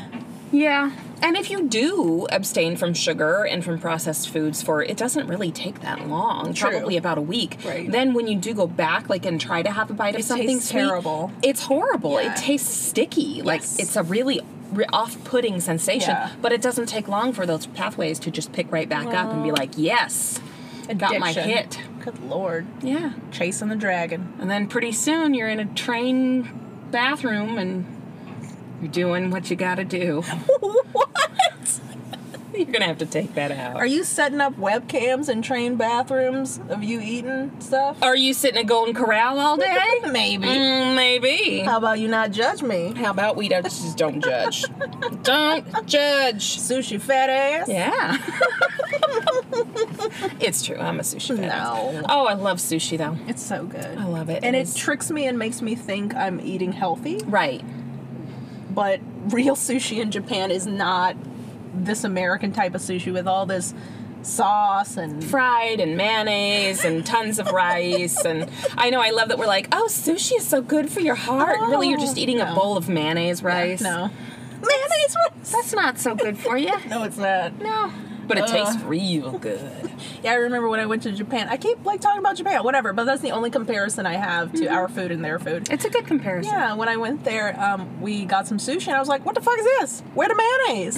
S7: Yeah,
S5: And if you do abstain from sugar and from processed foods for it doesn't really take that long, probably about a week.
S2: Right.
S5: Then when you do go back like and try to have a bite of
S2: It
S5: something
S2: tastes
S5: sweet,
S2: terrible.
S5: It's horrible. It tastes sticky. Like
S2: Yes.
S5: it's a really re- off-putting sensation,
S2: Yeah.
S5: but it doesn't take long for those pathways to just pick right back up and be like, "Yes, got my
S2: Addiction.
S5: hit."
S2: Good lord.
S5: Yeah.
S2: Chasing the dragon.
S5: And then pretty soon you're in a train bathroom and you're doing what you got to do.
S2: what?
S5: You're going to have to take that out.
S2: Are you setting up webcams in train bathrooms of you eating stuff?
S5: Are you sitting at Golden Corral all day?
S2: Maybe.
S5: Mm, maybe.
S2: How about you not judge me?
S5: How about we don't, just don't judge? don't judge.
S2: Sushi fat ass?
S5: Yeah. it's true. I'm a sushi fan.
S2: No.
S5: Oh, I love sushi though.
S2: It's so good.
S5: I love it.
S2: And
S5: It
S2: it
S5: is-
S2: tricks me and makes me think I'm eating healthy,
S5: Right.
S2: but real sushi in Japan is not this American type of sushi with all this sauce and
S5: Fried and mayonnaise and tons of rice. And I know I love that we're like, oh, sushi is so good for your heart. really, you're just eating a bowl of mayonnaise rice.
S2: no. Mayonnaise rice.
S5: That's not so good for you.
S2: No, it's not.
S5: no. But it tastes real good.
S2: Yeah, I remember when I went to Japan. I keep like talking about Japan, whatever, but that's the only comparison I have to our food and their food.
S5: It's a good comparison.
S2: Yeah, when I went there, um, we got some sushi, and I was like, "What the fuck is this? Where the mayonnaise?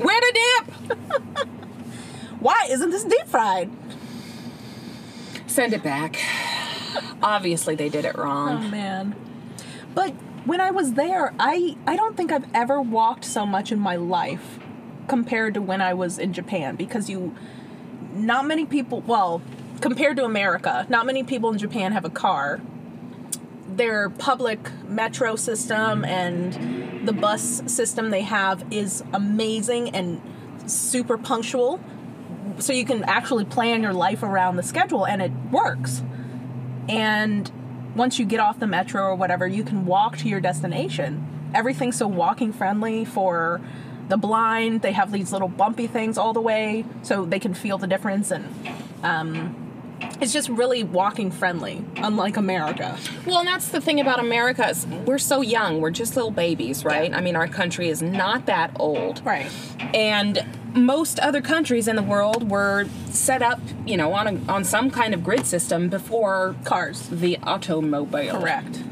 S5: Where to dip?
S2: Why isn't this deep fried?"
S5: Send it back. Obviously, they did it
S2: Oh
S5: wrong.
S2: man. But when I was there, I I don't think I've ever walked so much in my life compared to when I was in Japan because you not many people, well, compared to America, not many people in Japan have a car. Their public metro system and the bus system they have is amazing and super punctual. So you can actually plan your life around the schedule and it works and once you get off the metro or whatever, you can walk to your destination. Everything's so walking friendly for the blind. They have these little bumpy things all the way, so they can feel the difference, and um, it's just really walking friendly, unlike America.
S5: Well, and that's the thing about America is we're so young. We're just little babies, right? I mean, our country is not that old.
S2: Right.
S5: And most other countries in the world were set up, you know, on a, on some kind of grid system before
S2: Cars.
S5: the automobile.
S2: Correct.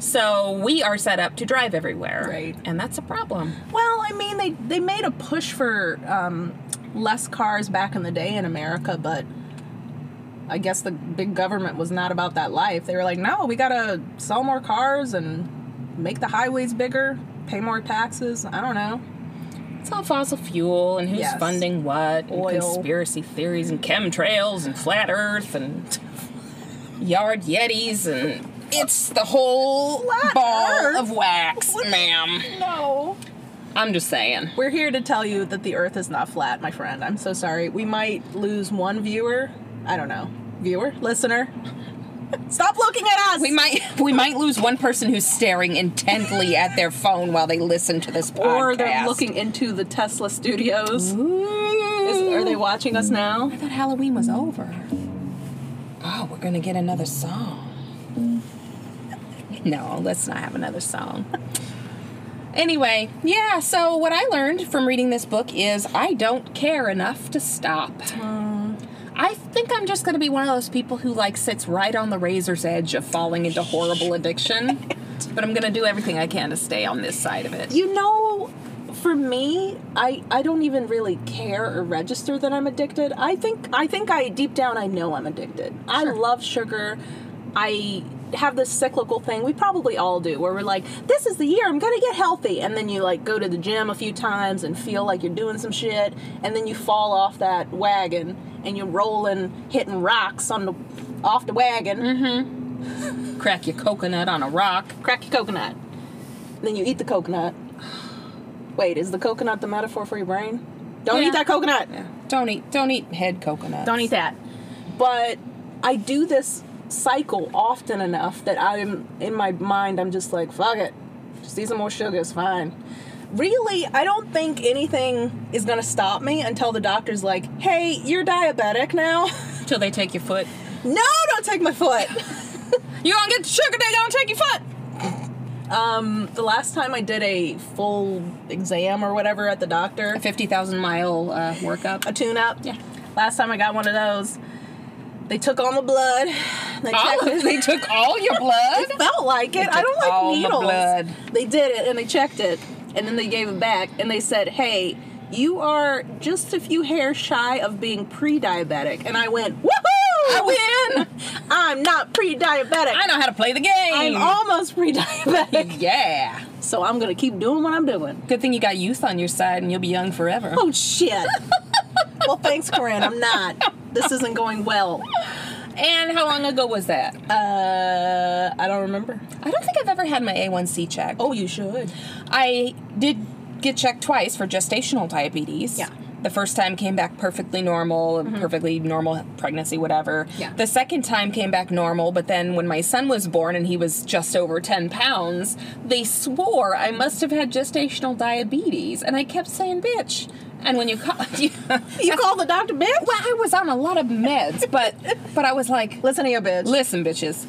S5: So we are set up to drive everywhere.
S2: Right.
S5: And that's a problem.
S2: Well, I mean, they they made a push for um, less cars back in the day in America, but I guess the big government was not about that life. They were like, no, we gotta sell more cars and make the highways bigger, pay more taxes. I don't know.
S5: It's all fossil fuel and who's
S2: Yes.
S5: funding what, and
S2: Oil.
S5: conspiracy theories and chemtrails and flat Earth and yard yetis and it's the whole
S2: Flat
S5: ball
S2: Earth?
S5: of wax, ma'am.
S2: No.
S5: I'm just saying.
S2: We're here to tell you that the Earth is not flat, my friend. I'm so sorry. We might lose one viewer. I don't know. Viewer, listener. Stop looking at us.
S5: We might we might lose one person who's staring intently at their phone while they listen to this podcast.
S2: or they're looking into the Tesla studios. Is- are they watching us now?
S5: I thought Halloween was over. Oh, we're gonna get another song. No, let's not have another song. Anyway, yeah, so what I learned from reading this book is I don't care enough to stop. I think I'm just gonna be one of those people who like sits right on the razor's edge of falling into horrible addiction. But I'm gonna do everything I can to stay on this side of it.
S2: You know, for me, I I don't even really care or register that I'm addicted. I think I think I deep down I know I'm addicted. I love sugar. I have this cyclical thing we probably all do where we're like this is the year i'm gonna get healthy and then you like go to the gym a few times and feel like you're doing some shit and then you fall off that wagon and you're rolling hitting rocks on the off the wagon
S5: Crack your coconut on a rock.
S2: crack your coconut. Then you eat the coconut. Wait, is the coconut the metaphor for your brain? Don't
S5: Yeah.
S2: eat that coconut.
S5: Don't eat don't eat head coconut.
S2: Don't eat that. But I do this cycle often enough that I'm in my mind I'm just like, fuck it. Just eat some more sugar, it's fine. Really, I don't think anything is gonna stop me until the doctor's like, hey, you're diabetic now.
S5: Till they take your foot.
S2: no, don't take my foot.
S5: You gonna get the sugar daddy gonna take your foot?
S2: Um, the last time I did a full exam or whatever at the doctor,
S5: A fifty thousand mile uh,
S2: a
S5: workup.
S2: tune up. Yeah. Last time I got one of those, they took all my blood. They
S5: All
S2: checked
S5: of- they took all your blood.
S2: It felt like it. I
S5: took
S2: don't like
S5: all my
S2: needles.
S5: blood.
S2: They did it and they checked it and then they gave it back and they said, "Hey, you are just a few hairs shy of being pre-diabetic." And I went, "Woohoo! I win! I'm not pre-diabetic.
S5: I know how to play the game.
S2: I'm almost pre-diabetic,
S5: yeah.
S2: so I'm gonna keep doing what I'm doing."
S5: Good thing you got youth on your side, and you'll be young forever.
S2: Oh shit! well, thanks, Corinne. I'm not. This isn't going well.
S5: And how long ago was that?
S2: Uh, I don't remember.
S5: I don't think I've ever had my A1C checked.
S2: Oh, you should.
S5: I did get checked twice for gestational diabetes.
S2: Yeah. Mm-hmm.
S5: The first time came back perfectly normal, perfectly normal pregnancy, whatever.
S2: Yeah.
S5: The second time came back normal, but then when my son was born and he was just over 10 pounds, they swore I must have had gestational diabetes. And I kept saying, bitch. And when you call, you,
S2: You call the doctor, bitch.
S5: well, I was on a lot of meds, but but I was like,
S2: Listen here, bitch.
S5: listen, bitches.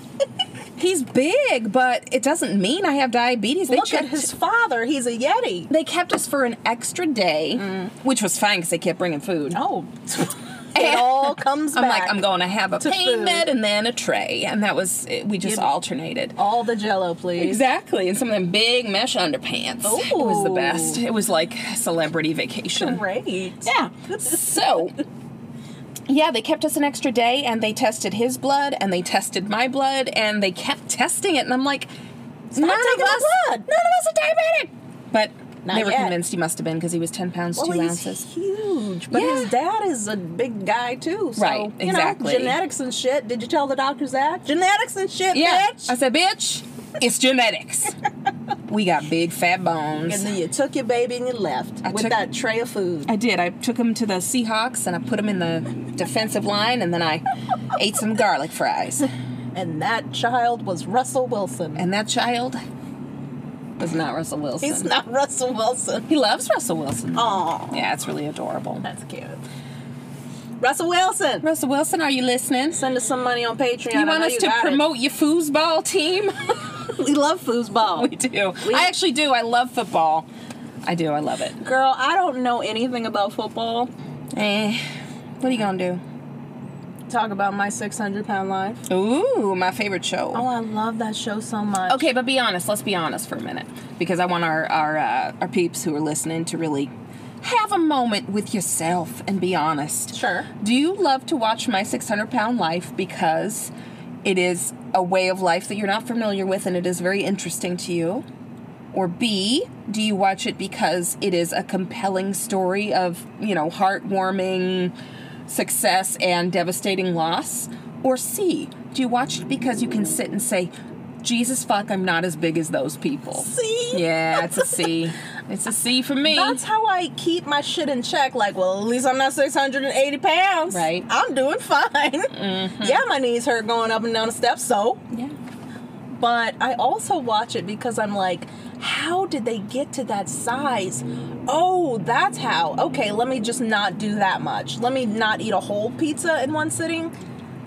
S5: He's big, but it doesn't mean I have diabetes. They
S2: Look at
S5: checked-
S2: his father. He's a yeti.
S5: they kept us for an extra day, which was fine because they kept bringing food.
S2: Oh, it all comes
S5: I'm
S2: back.
S5: like, I'm going to have a
S2: to
S5: pain
S2: food.
S5: med and then a tray, and that was it, we just
S2: You'd-
S5: alternated.
S2: all the Jello, please.
S5: Exactly, and some of them big mesh underpants. It was the
S2: Ooh.
S5: best. It was like celebrity vacation.
S2: Great.
S5: Yeah. So, yeah, they kept us an extra day and they tested his blood and they tested my blood and they kept testing it. And I'm like, none of
S2: taking the
S5: us,
S2: blood.
S5: none of us are diabetic. But
S2: Not
S5: they were
S2: yet.
S5: convinced he must have been because he was 10 pounds,
S2: Well,
S5: 2
S2: he's
S5: ounces.
S2: huge, but
S5: Yeah.
S2: his dad is a big guy too. So,
S5: Right,
S2: You
S5: exactly.
S2: know, genetics and shit. Did you tell the doctors that? Genetics and shit,
S5: Yeah.
S2: bitch.
S5: I said, bitch, it's genetics. we got big fat bones.
S2: and then you took your baby and you left
S5: I
S2: with
S5: took-
S2: that tray of food.
S5: I did. I took him to the Seahawks and I put him in the defensive line and then I ate some garlic fries.
S2: And that child was Russell Wilson.
S5: And that child was not Oh. Russell Wilson.
S2: He's not Russell Wilson.
S5: He loves Russell Wilson.
S2: Aw,
S5: Yeah, it's really adorable.
S2: that's cute. Russell Wilson.
S5: Russell Wilson, are you listening?
S2: Send us some money on Patreon. I
S5: You want
S2: know
S5: us
S2: you
S5: to
S2: got it.
S5: promote your foosball team?
S2: We love foosball.
S5: we do. I actually do. I love football. I do. I love it.
S2: Girl, I don't know anything about football.
S5: Eh, what are you gonna
S2: Talk about my 600 pound life.
S5: do? Ooh, my favorite show.
S2: Oh, I love that show so much.
S5: Okay, but be honest. Let's be honest for a minute, because I want our our uh, our peeps who are listening to really have a moment with yourself and be honest.
S2: Sure.
S5: Do you love to watch My 600 Pound Life because it is a way of life that you're not familiar with and it is very interesting to you? Or B, do you watch it because it is a compelling story of, you know, heartwarming success and devastating loss? Or C, do you watch it because you can sit and say, Jesus fuck, I'm not as big as those people?
S2: See?
S5: Yeah, it's a C. It's a C for me.
S2: That's how I keep my shit in check. Like, well, at least I'm not 680 pounds.
S5: Right. Mm-hmm.
S2: I'm doing fine. Yeah, my knees hurt going up and down the steps, so.
S5: yeah.
S2: But I also watch it because I'm like, how did they get to that size? Oh, that's how. Okay, let me just not do that much. Let me not eat a whole pizza in one sitting.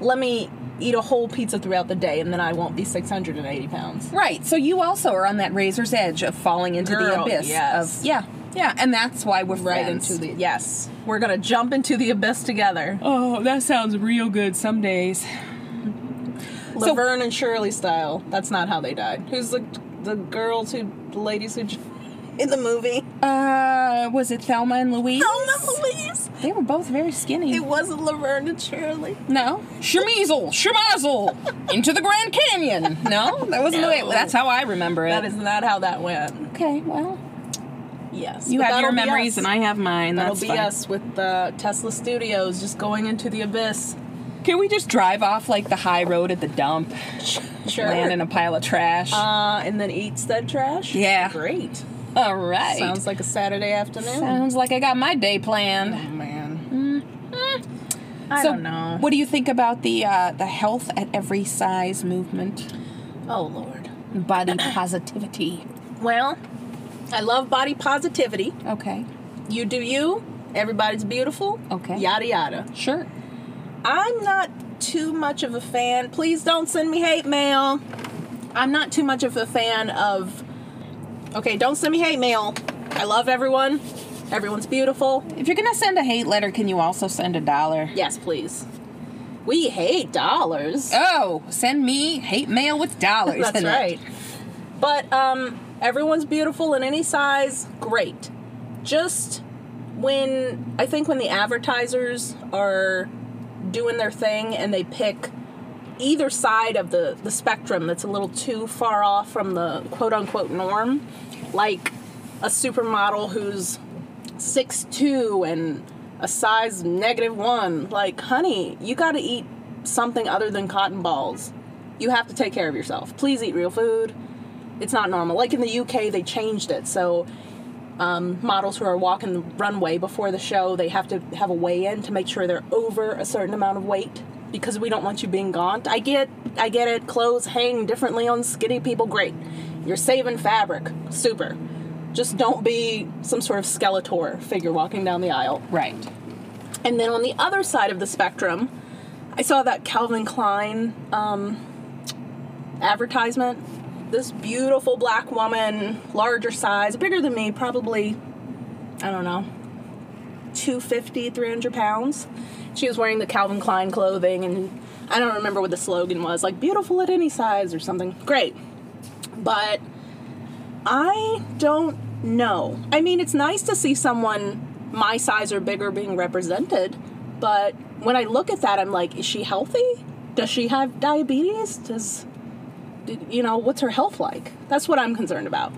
S2: Let me eat a whole pizza throughout the day, and then I won't be 680 pounds.
S5: Right. So you also are on that razor's edge of falling into the
S2: Girl,
S5: abyss
S2: yes.
S5: of yeah, yeah, and that's why we're
S2: right
S5: friends.
S2: into the yes we're gonna jump into the abyss together
S5: oh, that sounds real good. Some days.
S2: laverne and shirley style that's not how they died who's the the girls who the ladies who j- in the movie
S5: Uh, was it Thelma and Louise?
S2: Thelma Oh, Louise.
S5: They were both very skinny.
S2: It wasn't Laverne and Shirley.
S5: no, Shemizel, Shemazel, into the Grand Canyon. No, that wasn't the way.
S2: No.
S5: That's how I remember it.
S2: That is not how that went.
S5: okay. Well,
S2: Yes.
S5: you
S2: but
S5: have your
S2: that'll be
S5: memories
S2: us.
S5: and I have mine.
S2: That'll
S5: That's
S2: be
S5: fine.
S2: us with the Tesla Studios just going into the abyss.
S5: Can we just drive off like the high road at the dump,
S2: Sure.
S5: land in a pile of trash?
S2: uh, and then eat said trash.
S5: Yeah.
S2: Great.
S5: All right.
S2: Sounds like a Saturday afternoon.
S5: Sounds like I got my day planned.
S2: Oh, man. I
S5: so,
S2: don't know.
S5: What do you think about the uh, the health at every size movement,
S2: Oh Lord.
S5: body positivity?
S2: Well, I love body positivity.
S5: Okay,
S2: You do you. Everybody's beautiful.
S5: Okay.
S2: Yada yada.
S5: sure.
S2: I'm not too much of a fan. Please don't send me hate mail. I'm not too much of a fan of. Okay, don't send me hate mail. I love everyone. Everyone's beautiful.
S5: If you're gonna send a hate letter, can you also send a dollar?
S2: Yes, please. We hate dollars.
S5: Oh, send me hate mail with dollars.
S2: That's
S5: in it.
S2: right. But um, everyone's beautiful in any size. Great. Just when I think when the advertisers are doing their thing and they pick either side of the the spectrum that's a little too far off from the quote unquote norm, like a supermodel who's six two and a size negative one. Like, honey, you got to eat something other than cotton balls. You have to take care of yourself. Please eat real food. It's not normal. Like in the UK, they changed it. So, um, models who are walking the runway before the show, they have to have a weigh in to make sure they're over a certain amount of weight because we don't want you being gaunt. I get, I get it. Clothes hang differently on skinny people. Great. You're saving fabric. Super. Just don't be some sort of Skeletor figure walking down the aisle.
S5: Right.
S2: And then on the other side of the spectrum, I saw that Calvin Klein um, advertisement. This beautiful black woman, larger size, bigger than me, probably, I don't know, 250, 300 pounds. She was wearing the Calvin Klein clothing, and I don't remember what the slogan was like, beautiful at any size or something. Great. But I don't know. I mean, it's nice to see someone my size or bigger being represented, but when I look at that, I'm like, is she healthy? Does she have diabetes? Does, did- you know, what's her health like? That's what I'm concerned about.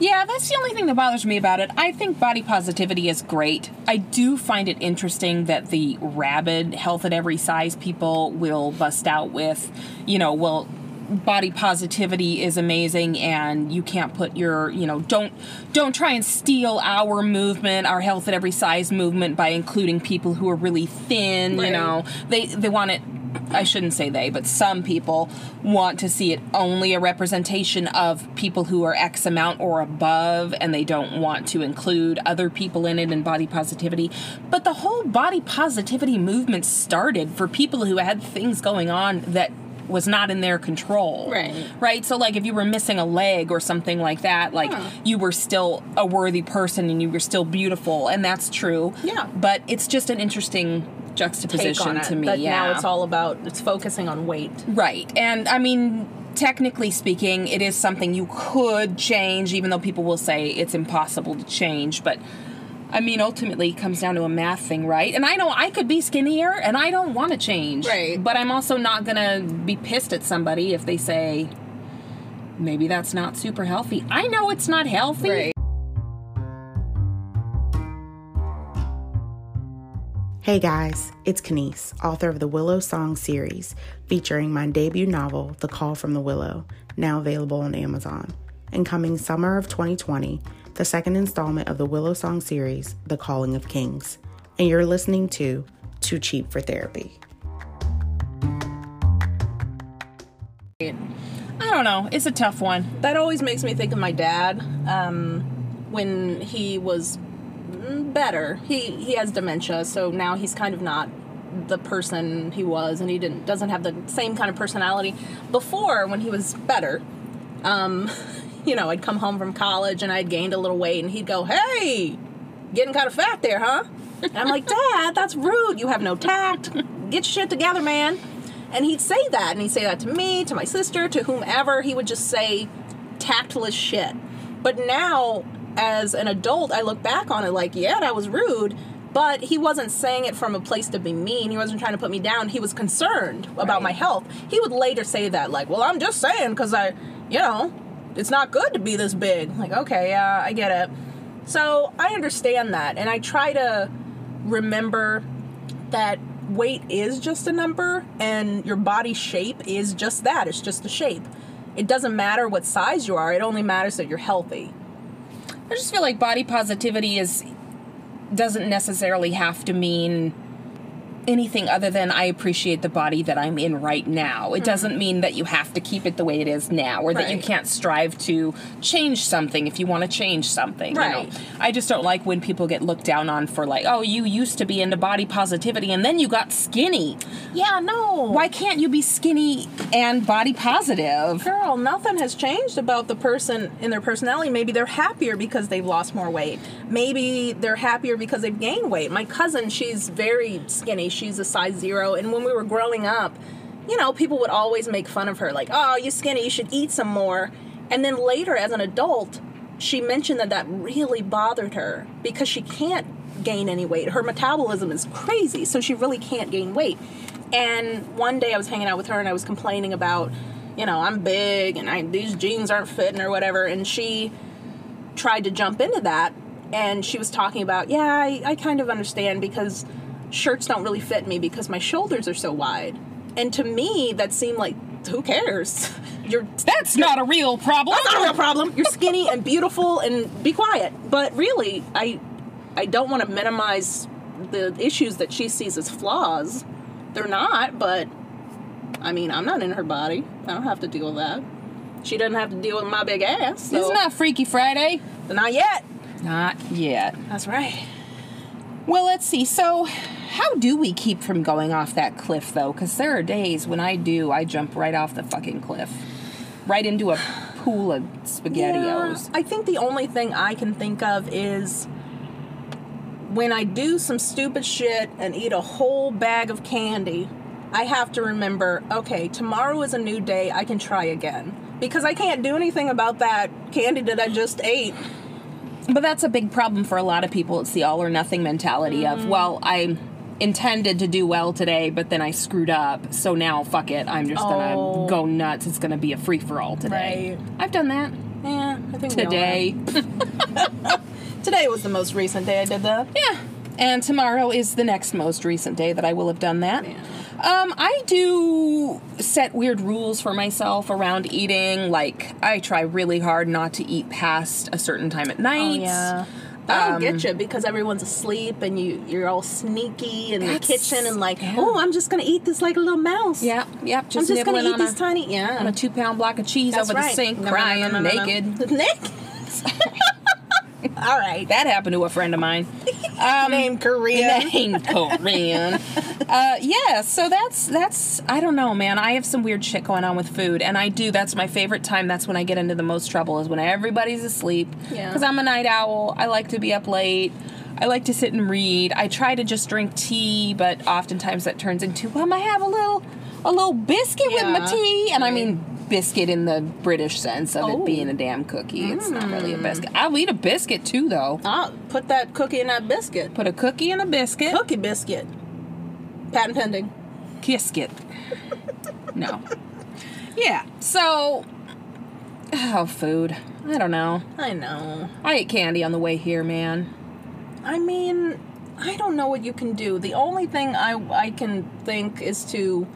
S5: Yeah, that's the only thing that bothers me about it. I think body positivity is great. I do find it interesting that the rabid health at every size people will bust out with, you know, well, body positivity is amazing and you can't put your, you know, don't don't try and steal our movement, our health at every size movement by including people who are really thin, you know. They they want it I shouldn't say they, but some people want to see it only a representation of people who are X amount or above, and they don't want to include other people in it and body positivity. But the whole body positivity movement started for people who had things going on that was not in their control.
S2: Right.
S5: Right? So, like, if you were missing a leg or something like that, like, you were still a worthy person and you were still beautiful, and that's true.
S2: Yeah.
S5: But it's just an interesting juxtaposition
S2: Take on it,
S5: to me.
S2: But
S5: yeah.
S2: now it's all about it's focusing on weight.
S5: Right. And I mean, technically speaking, it is something you could change, even though people will say it's impossible to change. But I mean, ultimately, it comes down to a math thing, right? And I know I could be skinnier and I don't want to change.
S2: Right.
S5: But I'm also not going to be pissed at somebody if they say, maybe that's not super healthy. I know it's not healthy.
S6: Hey guys, it's Kanice, author of the Willow Song series, featuring my debut novel, The Call from the Willow, now available on Amazon. And coming summer of 2020, the second installment of the Willow Song series, The Calling of Kings. And you're listening to Too Cheap for Therapy.
S5: I don't know. It's a tough one.
S2: That always makes me think of my dad um, when he was better. He he has dementia, so now he's kind of not the person he was, and he didn't doesn't have the same kind of personality before when he was better. Um, you know, I'd come home from college and I'd gained a little weight, and he'd go, "Hey, getting kind of fat there, huh?" And I'm like, "Dad, that's rude. You have no tact. Get your shit together, man." And he'd say that, and he'd say that to me, to my sister, to whomever. He would just say tactless shit. But now, as an adult, I look back on it like, yeah, that was rude. But he wasn't saying it from a place to be mean. He wasn't trying to put me down. He was concerned about my health. He would later say that, like, well, I'm just saying because I, you know, it's not good to be this big. Like, okay, yeah, I get it. So I understand that. And I try to remember that weight is just a number and your body shape is just that it's just a shape it doesn't matter what size you are it only matters that you're healthy
S5: I just feel like body positivity is doesn't necessarily have to mean anything other than I appreciate the body that I'm in right now. It doesn't mean that you have to keep it the way it is now or that
S2: Hmm.
S5: you
S2: Right.
S5: can't strive to change something if you want to change something. you know?
S2: Right.
S5: I just don't like when people get looked down on for like, oh, you used to be into body positivity and then you got skinny.
S2: Yeah, no.
S5: Why can't you be skinny and body positive?
S2: Girl, nothing has changed about the person in their personality. Maybe they're happier because they've lost more weight. Maybe they're happier because they've gained weight. My cousin, she's very skinny. She's a size zero. And when we were growing up, you know, people would always make fun of her, like, oh, you skinny, you should eat some more. And then later, as an adult, she mentioned that that really bothered her because she can't gain any weight. Her metabolism is crazy, so she really can't gain weight. And one day I was hanging out with her and I was complaining about, you know, I'm big and I, these jeans aren't fitting or whatever. And she tried to jump into that and she was talking about, yeah, I, I kind of understand because shirts don't really fit me because my shoulders are so wide. And to me, that seemed like, who cares? You're
S5: That's not a real problem.
S2: that's not a real problem. You're skinny and beautiful and be quiet. But really, I I don't want to minimize the issues that she sees as flaws. They're not, but I mean, I'm not in her body. I don't have to deal with that. She doesn't have to deal with my big ass. So
S5: It's not Freaky Friday.
S2: not yet.
S5: Not yet.
S2: That's right.
S5: Well, let's see. So, how do we keep from going off that cliff, though? Because there are days when I do, I jump right off the fucking cliff, right into a pool of spaghettios.
S2: Yeah, I think the only thing I can think of is when I do some stupid shit and eat a whole bag of candy, I have to remember okay, tomorrow is a new day, I can try again. Because I can't do anything about that candy that I just ate.
S5: But that's a big problem for a lot of people. It's the all or nothing mentality of,
S2: Mm.
S5: well, I intended to do well today, but then I screwed up. So now, fuck it. I'm just
S2: Oh.
S5: gonna go nuts. It's gonna be a free for all today.
S2: Right.
S5: I've done that
S2: Yeah, I think we all
S5: today.
S2: have. Today was the most recent day I did that.
S5: Yeah. And tomorrow is the next most recent day that I will have done that. Um, I do set weird rules for myself around eating. Like, I try really hard not to eat past a certain time
S2: Oh,
S5: at night.
S2: I don't get you because everyone's asleep and you you're all sneaky in the
S5: That's-
S2: kitchen and like,
S5: yeah.
S2: oh, I'm just gonna eat this like a little mouse.
S5: Yep, yep. Just,
S2: I'm just gonna
S5: nibbling
S2: eat
S5: on
S2: these
S5: a,
S2: tiny. Yeah,
S5: on a two pound block of cheese
S2: That's
S5: over
S2: right.
S5: the sink,
S2: No, no, no,
S5: crying
S2: no, no, no.
S5: naked.
S2: Naked. All right.
S5: That happened to a friend of mine. Um,
S2: Name Korea.
S5: Name Korean. uh, yeah, so that's that's I don't know, man. I have some weird shit going on with food, and I do. That's my favorite time. That's when I get into the most trouble is when everybody's asleep.
S2: Yeah.
S5: Because I'm a night owl. I like to be up late. I like to sit and read. I try to just drink tea, but oftentimes that turns into well, I have a little a little biscuit with my
S2: Yeah. Oh.
S5: tea, and I mean biscuit in the British sense of it being a damn cookie. It's not really
S2: Mm.
S5: a biscuit. I'll eat a biscuit too, though.
S2: I'll put that cookie in that biscuit.
S5: Put a cookie in a biscuit.
S2: Cookie biscuit. Patent pending.
S5: Kisket. No. Yeah. So, oh, food. I don't know.
S2: I know.
S5: I ate candy on the way here, man.
S2: I mean, I don't know what you can do. The only thing I I can think is to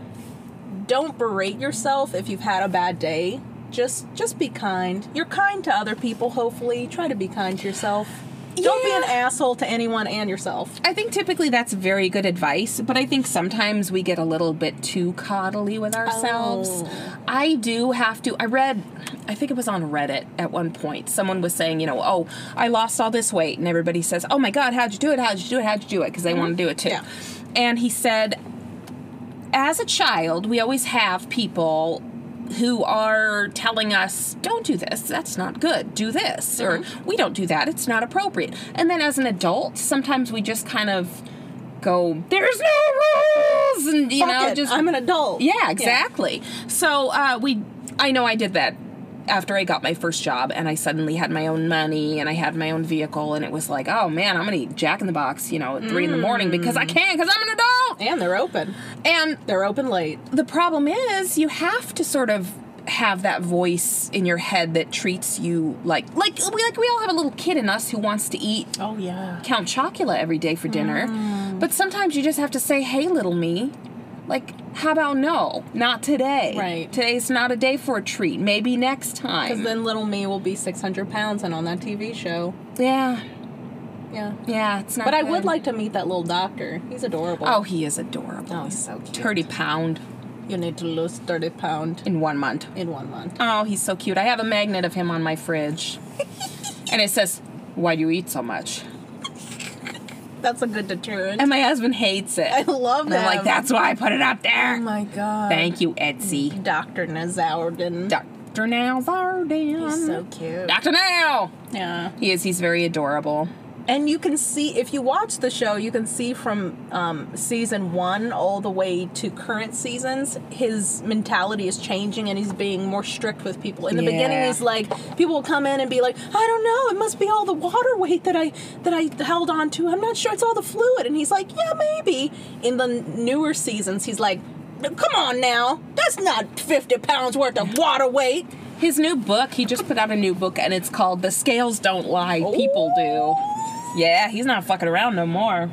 S2: don't berate yourself if you've had a bad day. Just just be kind. You're kind to other people. Hopefully, try to be kind to yourself. Don't be an asshole to anyone and yourself.
S5: I think typically that's very good advice, but I think sometimes we get a little bit too coddly with ourselves. I do have to. I read, I think it was on Reddit at one point, someone was saying, you know, oh, I lost all this weight. And everybody says, oh my God, how'd you do it? How'd you do it? How'd you do it? Because they want to do it too.
S2: Yeah.
S5: And he said, as a child, we always have people who are telling us, don't do this, that's not good, do this,
S2: Mm-hmm.
S5: or we don't do that, it's not appropriate. And then as an adult, sometimes we just kind of go, there's no rules, and you
S2: Fuck
S5: know,
S2: it,
S5: just
S2: I'm an adult.
S5: yeah, exactly. So uh, we, I know I did that after I got my first job, and I suddenly had my own money and I had my own vehicle, and it was like, oh man, I'm gonna eat Jack in the Box, you know, at three in the morning because
S2: Mm.
S5: I can, because I'm an adult.
S2: And they're open.
S5: And
S2: They're open late.
S5: the problem is, you have to sort of have that voice in your head that treats you like like we like we all have a little kid in us who wants to eat
S2: Oh yeah. Mm.
S5: count chocula every day for dinner. But sometimes you just have to say, hey, little me. Like, how about no? Not today.
S2: Right.
S5: Today's not a day for a treat. Maybe next time.
S2: Because then little me will be 600 pounds and on that TV show.
S5: yeah.
S2: Yeah.
S5: Yeah, it's not.
S2: But I
S5: good.
S2: would like to meet that little doctor. He's adorable.
S5: Oh, he is adorable. Oh, he's so cute. Thirty pound
S2: You need to lose 30 pound
S5: in one month.
S2: in one month.
S5: Oh, he's so cute. I have a magnet of him on my fridge, and it says, "Why do you eat so much?"
S2: That's a good deterrent.
S5: And my husband hates it.
S2: I love
S5: And I'm
S2: that.
S5: like, that's why I put it up there.
S2: Oh my god.
S5: Thank you, Etsy.
S2: Dr. Nazarden.
S5: Dr. Now's our damn.
S2: He's so cute.
S5: Dr. Now!
S2: Yeah.
S5: He is. He's very adorable.
S2: And you can see, if you watch the show, you can see from um, season one all the way to current seasons, his mentality is changing and he's being more strict with people. In the beginning,
S5: Yeah.
S2: he's like, people will come in and be like, I don't know, it must be all the water weight that I that I held on to. I'm not sure. It's all the fluid. And he's like, yeah, maybe. In the newer seasons, he's like, come on now, that's not 50 pounds worth of water weight.
S5: His new book, he just put out a new book, and it's called The Scales Don't Lie, People
S2: Oh.
S5: Do. Yeah, he's not fucking around no more.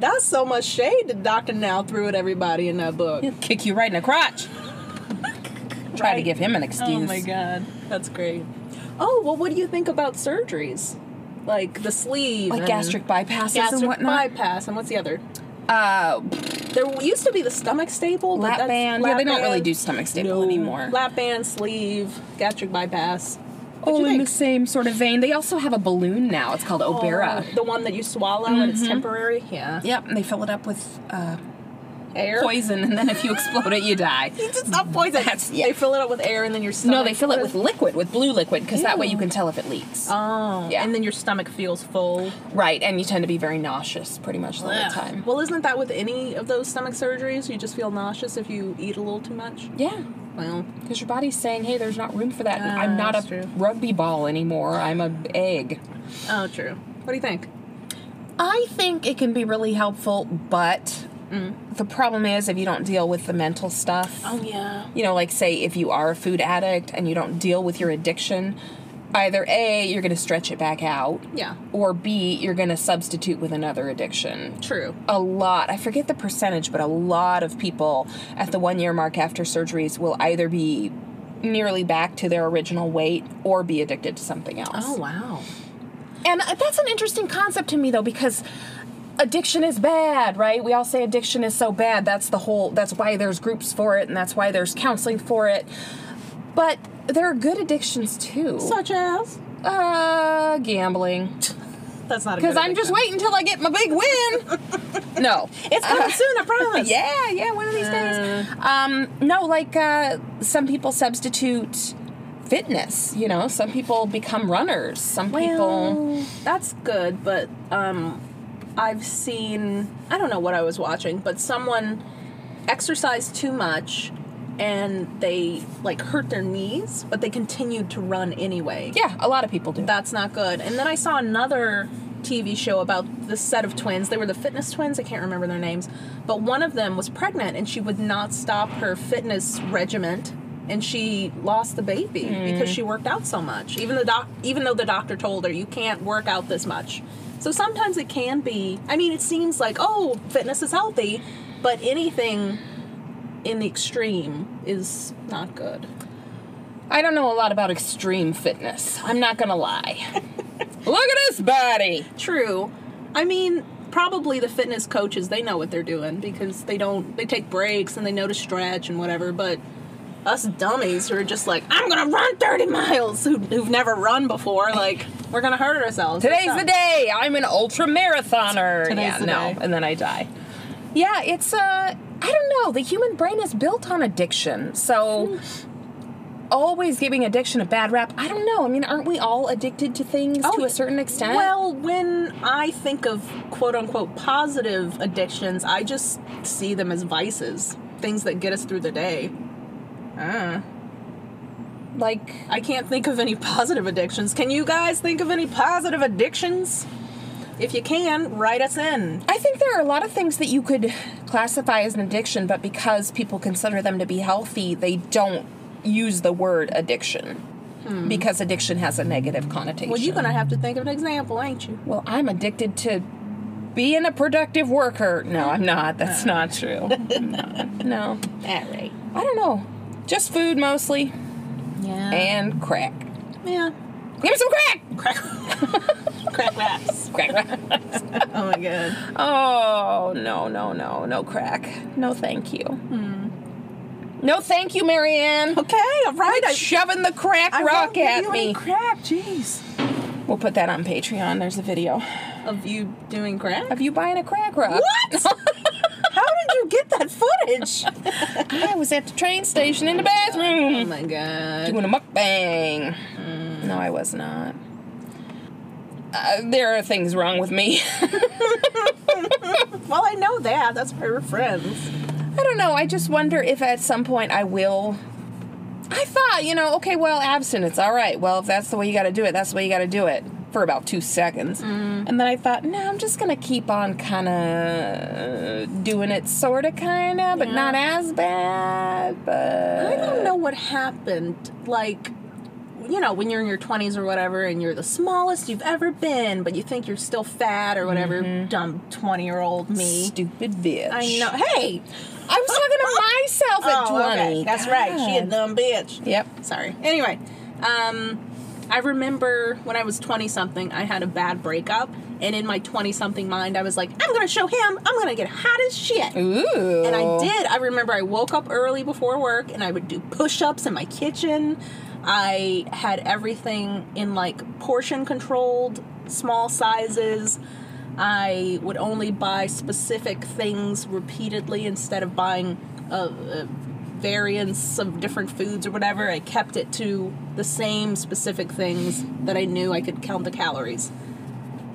S2: That's so much shade that Dr. Now threw at everybody in that book.
S5: He'll kick you right in the crotch. Try to give him an excuse.
S2: Oh my god, that's great. Oh well, what do you think about surgeries, like the sleeve,
S5: Like
S2: and
S5: gastric bypasses
S2: gastric
S5: and whatnot.
S2: bypass, and what's the other?
S5: uh,
S2: There used to be the stomach staple, but
S5: lap
S2: that's-
S5: band. yeah,
S2: lap
S5: they don't really
S2: band.
S5: do stomach staple
S2: No.
S5: anymore.
S2: Lap band, sleeve, gastric bypass. What
S5: All
S2: you
S5: Oh, in the
S2: think?
S5: same sort of vein. They also have a balloon now. It's called Obera.
S2: Oh, the one that you swallow and
S5: Mm-hmm.
S2: it's temporary. Yeah,
S5: Yep, and they fill it up with uh,
S2: air.
S5: poison, and then if you explode it, you die.
S2: It's not poison.
S5: That's- yeah.
S2: They fill it up with air and then your stomach.
S5: No, they fill it with liquid, with blue liquid, because that way you can tell if it leaks.
S2: Oh,
S5: Yeah.
S2: and then your stomach feels full.
S5: right, and you tend to be very nauseous pretty much the whole time.
S2: Well, isn't that with any of those stomach surgeries? You just feel nauseous if you eat a little too much.
S5: Yeah,
S2: Well,
S5: because your body's saying, "Hey, there's not room for that.
S2: Ah,
S5: I'm not a
S2: that's true.
S5: rugby ball anymore. I'm a egg."
S2: oh, true. What do you think?
S5: I think it can be really helpful, but the problem is if you don't deal with the mental stuff.
S2: yeah.
S5: you know, like say if you are a food addict and you don't deal with your addiction, either A, you're going to stretch it back out.
S2: Yeah.
S5: Or B, you're going to substitute with another addiction.
S2: True.
S5: A lot, I forget the percentage, but a lot of people at the one year mark after surgeries will either be nearly back to their original weight or be addicted to something else.
S2: Oh, wow.
S5: And that's an interesting concept to me though because addiction is bad, right? We all say addiction is so bad. That's the whole that's why there's groups for it and that's why there's counseling for it. But there are good addictions too.
S2: Such as
S5: uh gambling.
S2: that's not a
S5: Cuz
S2: good
S5: I'm just
S2: addiction.
S5: waiting till I get my big win. no. Uh,
S2: It's coming soon, I promise. Uh.
S5: Yeah, yeah, one of these days. Um, no, like uh, some people substitute fitness, you know, some people become runners, some people
S2: Well, that's good, but um, I've seen I don't know what I was watching, but someone exercised too much and they like hurt their knees, but they continued to run anyway.
S5: yeah, a lot of people do.
S2: That's not good. And then I saw another TV show about the set of twins. They were the fitness twins. I can't remember their names. But one of them was pregnant and she would not stop her fitness regiment and she lost the baby because she worked out so much. Even the doc even though the doctor told her you can't work out this much. So sometimes it can be I mean it seems like oh fitness is healthy, but anything in the extreme is not good.
S5: I don't know a lot about extreme fitness. I'm not gonna lie. Look at this body.
S2: True. I mean, probably the fitness coaches, they know what they're doing because they don't, they take breaks and they know to stretch and whatever, but us dummies who are just like, I'm gonna run 30 miles, who, who've never run before, like, we're gonna hurt ourselves.
S5: Today's
S2: It's
S5: the
S2: not-
S5: day. I'm an ultra marathoner.
S2: Today's
S5: yeah,
S2: the
S5: no,
S2: day.
S5: and then I die. Yeah, it's uh, I don't know. The human brain is built on addiction, so always giving addiction a bad rap. I don't know. I mean, aren't we all addicted to things to a certain extent?
S2: Oh, Well, when I think of quote unquote positive addictions, I just see them as vices, things that get us through the day. Uh.
S5: like
S2: I can't think of any positive addictions. Can you guys think of any positive addictions? If you can, write us in.
S5: I think there are a lot of things that you could classify as an addiction, but because people consider them to be healthy, they don't use the word addiction because addiction has a negative connotation.
S2: Hmm. Well, you're gonna have to think of an example, ain't you?
S5: Well, I'm addicted to being a productive worker. No, I'm not. That's not true. no, no.
S2: Uh. All right.
S5: I don't know. Just food mostly
S2: Yeah.
S5: and crack.
S2: yeah.
S5: Give me some crack.
S2: Crack. Crack rats.
S5: Crack rock.
S2: Oh my god.
S5: Oh, no, no, no, no crack. No, thank you.
S2: Hmm.
S5: No, thank you, Marianne.
S2: Okay, all right. I,
S5: Shoving the crack
S2: I won't
S5: rock
S2: give
S5: at
S2: you
S5: me.
S2: Any crap, jeez.
S5: we'll put that on Patreon. There's a video
S2: Of you doing crap?
S5: of you buying a crack rock.
S2: What? How did you get that footage?
S5: I was at the train station in the
S2: oh
S5: bathroom
S2: my god.
S5: doing a mukbang.
S2: Hmm.
S5: No, I was not. Uh, there are things wrong with me.
S2: Well, I know that. That's why we're friends.
S5: I don't know. I just wonder if at some point I will. I thought, you know, okay, well, abstinence, all right. Well, if that's the way you got to do it, that's the way you got to do it for about two seconds.
S2: Mm.
S5: And then I thought, no, I'm just going to keep on kind of doing it, sort of, kind of, but not as bad.
S2: I
S5: But
S2: don't know what happened. Like, you know, when you're in your 20s or whatever and you're the smallest you've ever been, but you think you're still fat or whatever, dumb 20 year old me.
S5: stupid bitch.
S2: I know. Hey!
S5: I was talking to myself at
S2: Oh,
S5: 20.
S2: okay. That's right. She a dumb bitch.
S5: Yep.
S2: Sorry. Anyway, um, I remember when I was 20 something, I had a bad breakup. And in my 20 something mind, I was like, I'm going to show him. I'm going to get hot as shit.
S5: Ooh.
S2: And I did. I remember I woke up early before work and I would do push ups in my kitchen. I had everything in like portion controlled, small sizes. I would only buy specific things repeatedly instead of buying a, a variance of different foods or whatever. I kept it to the same specific things that I knew I could count the calories.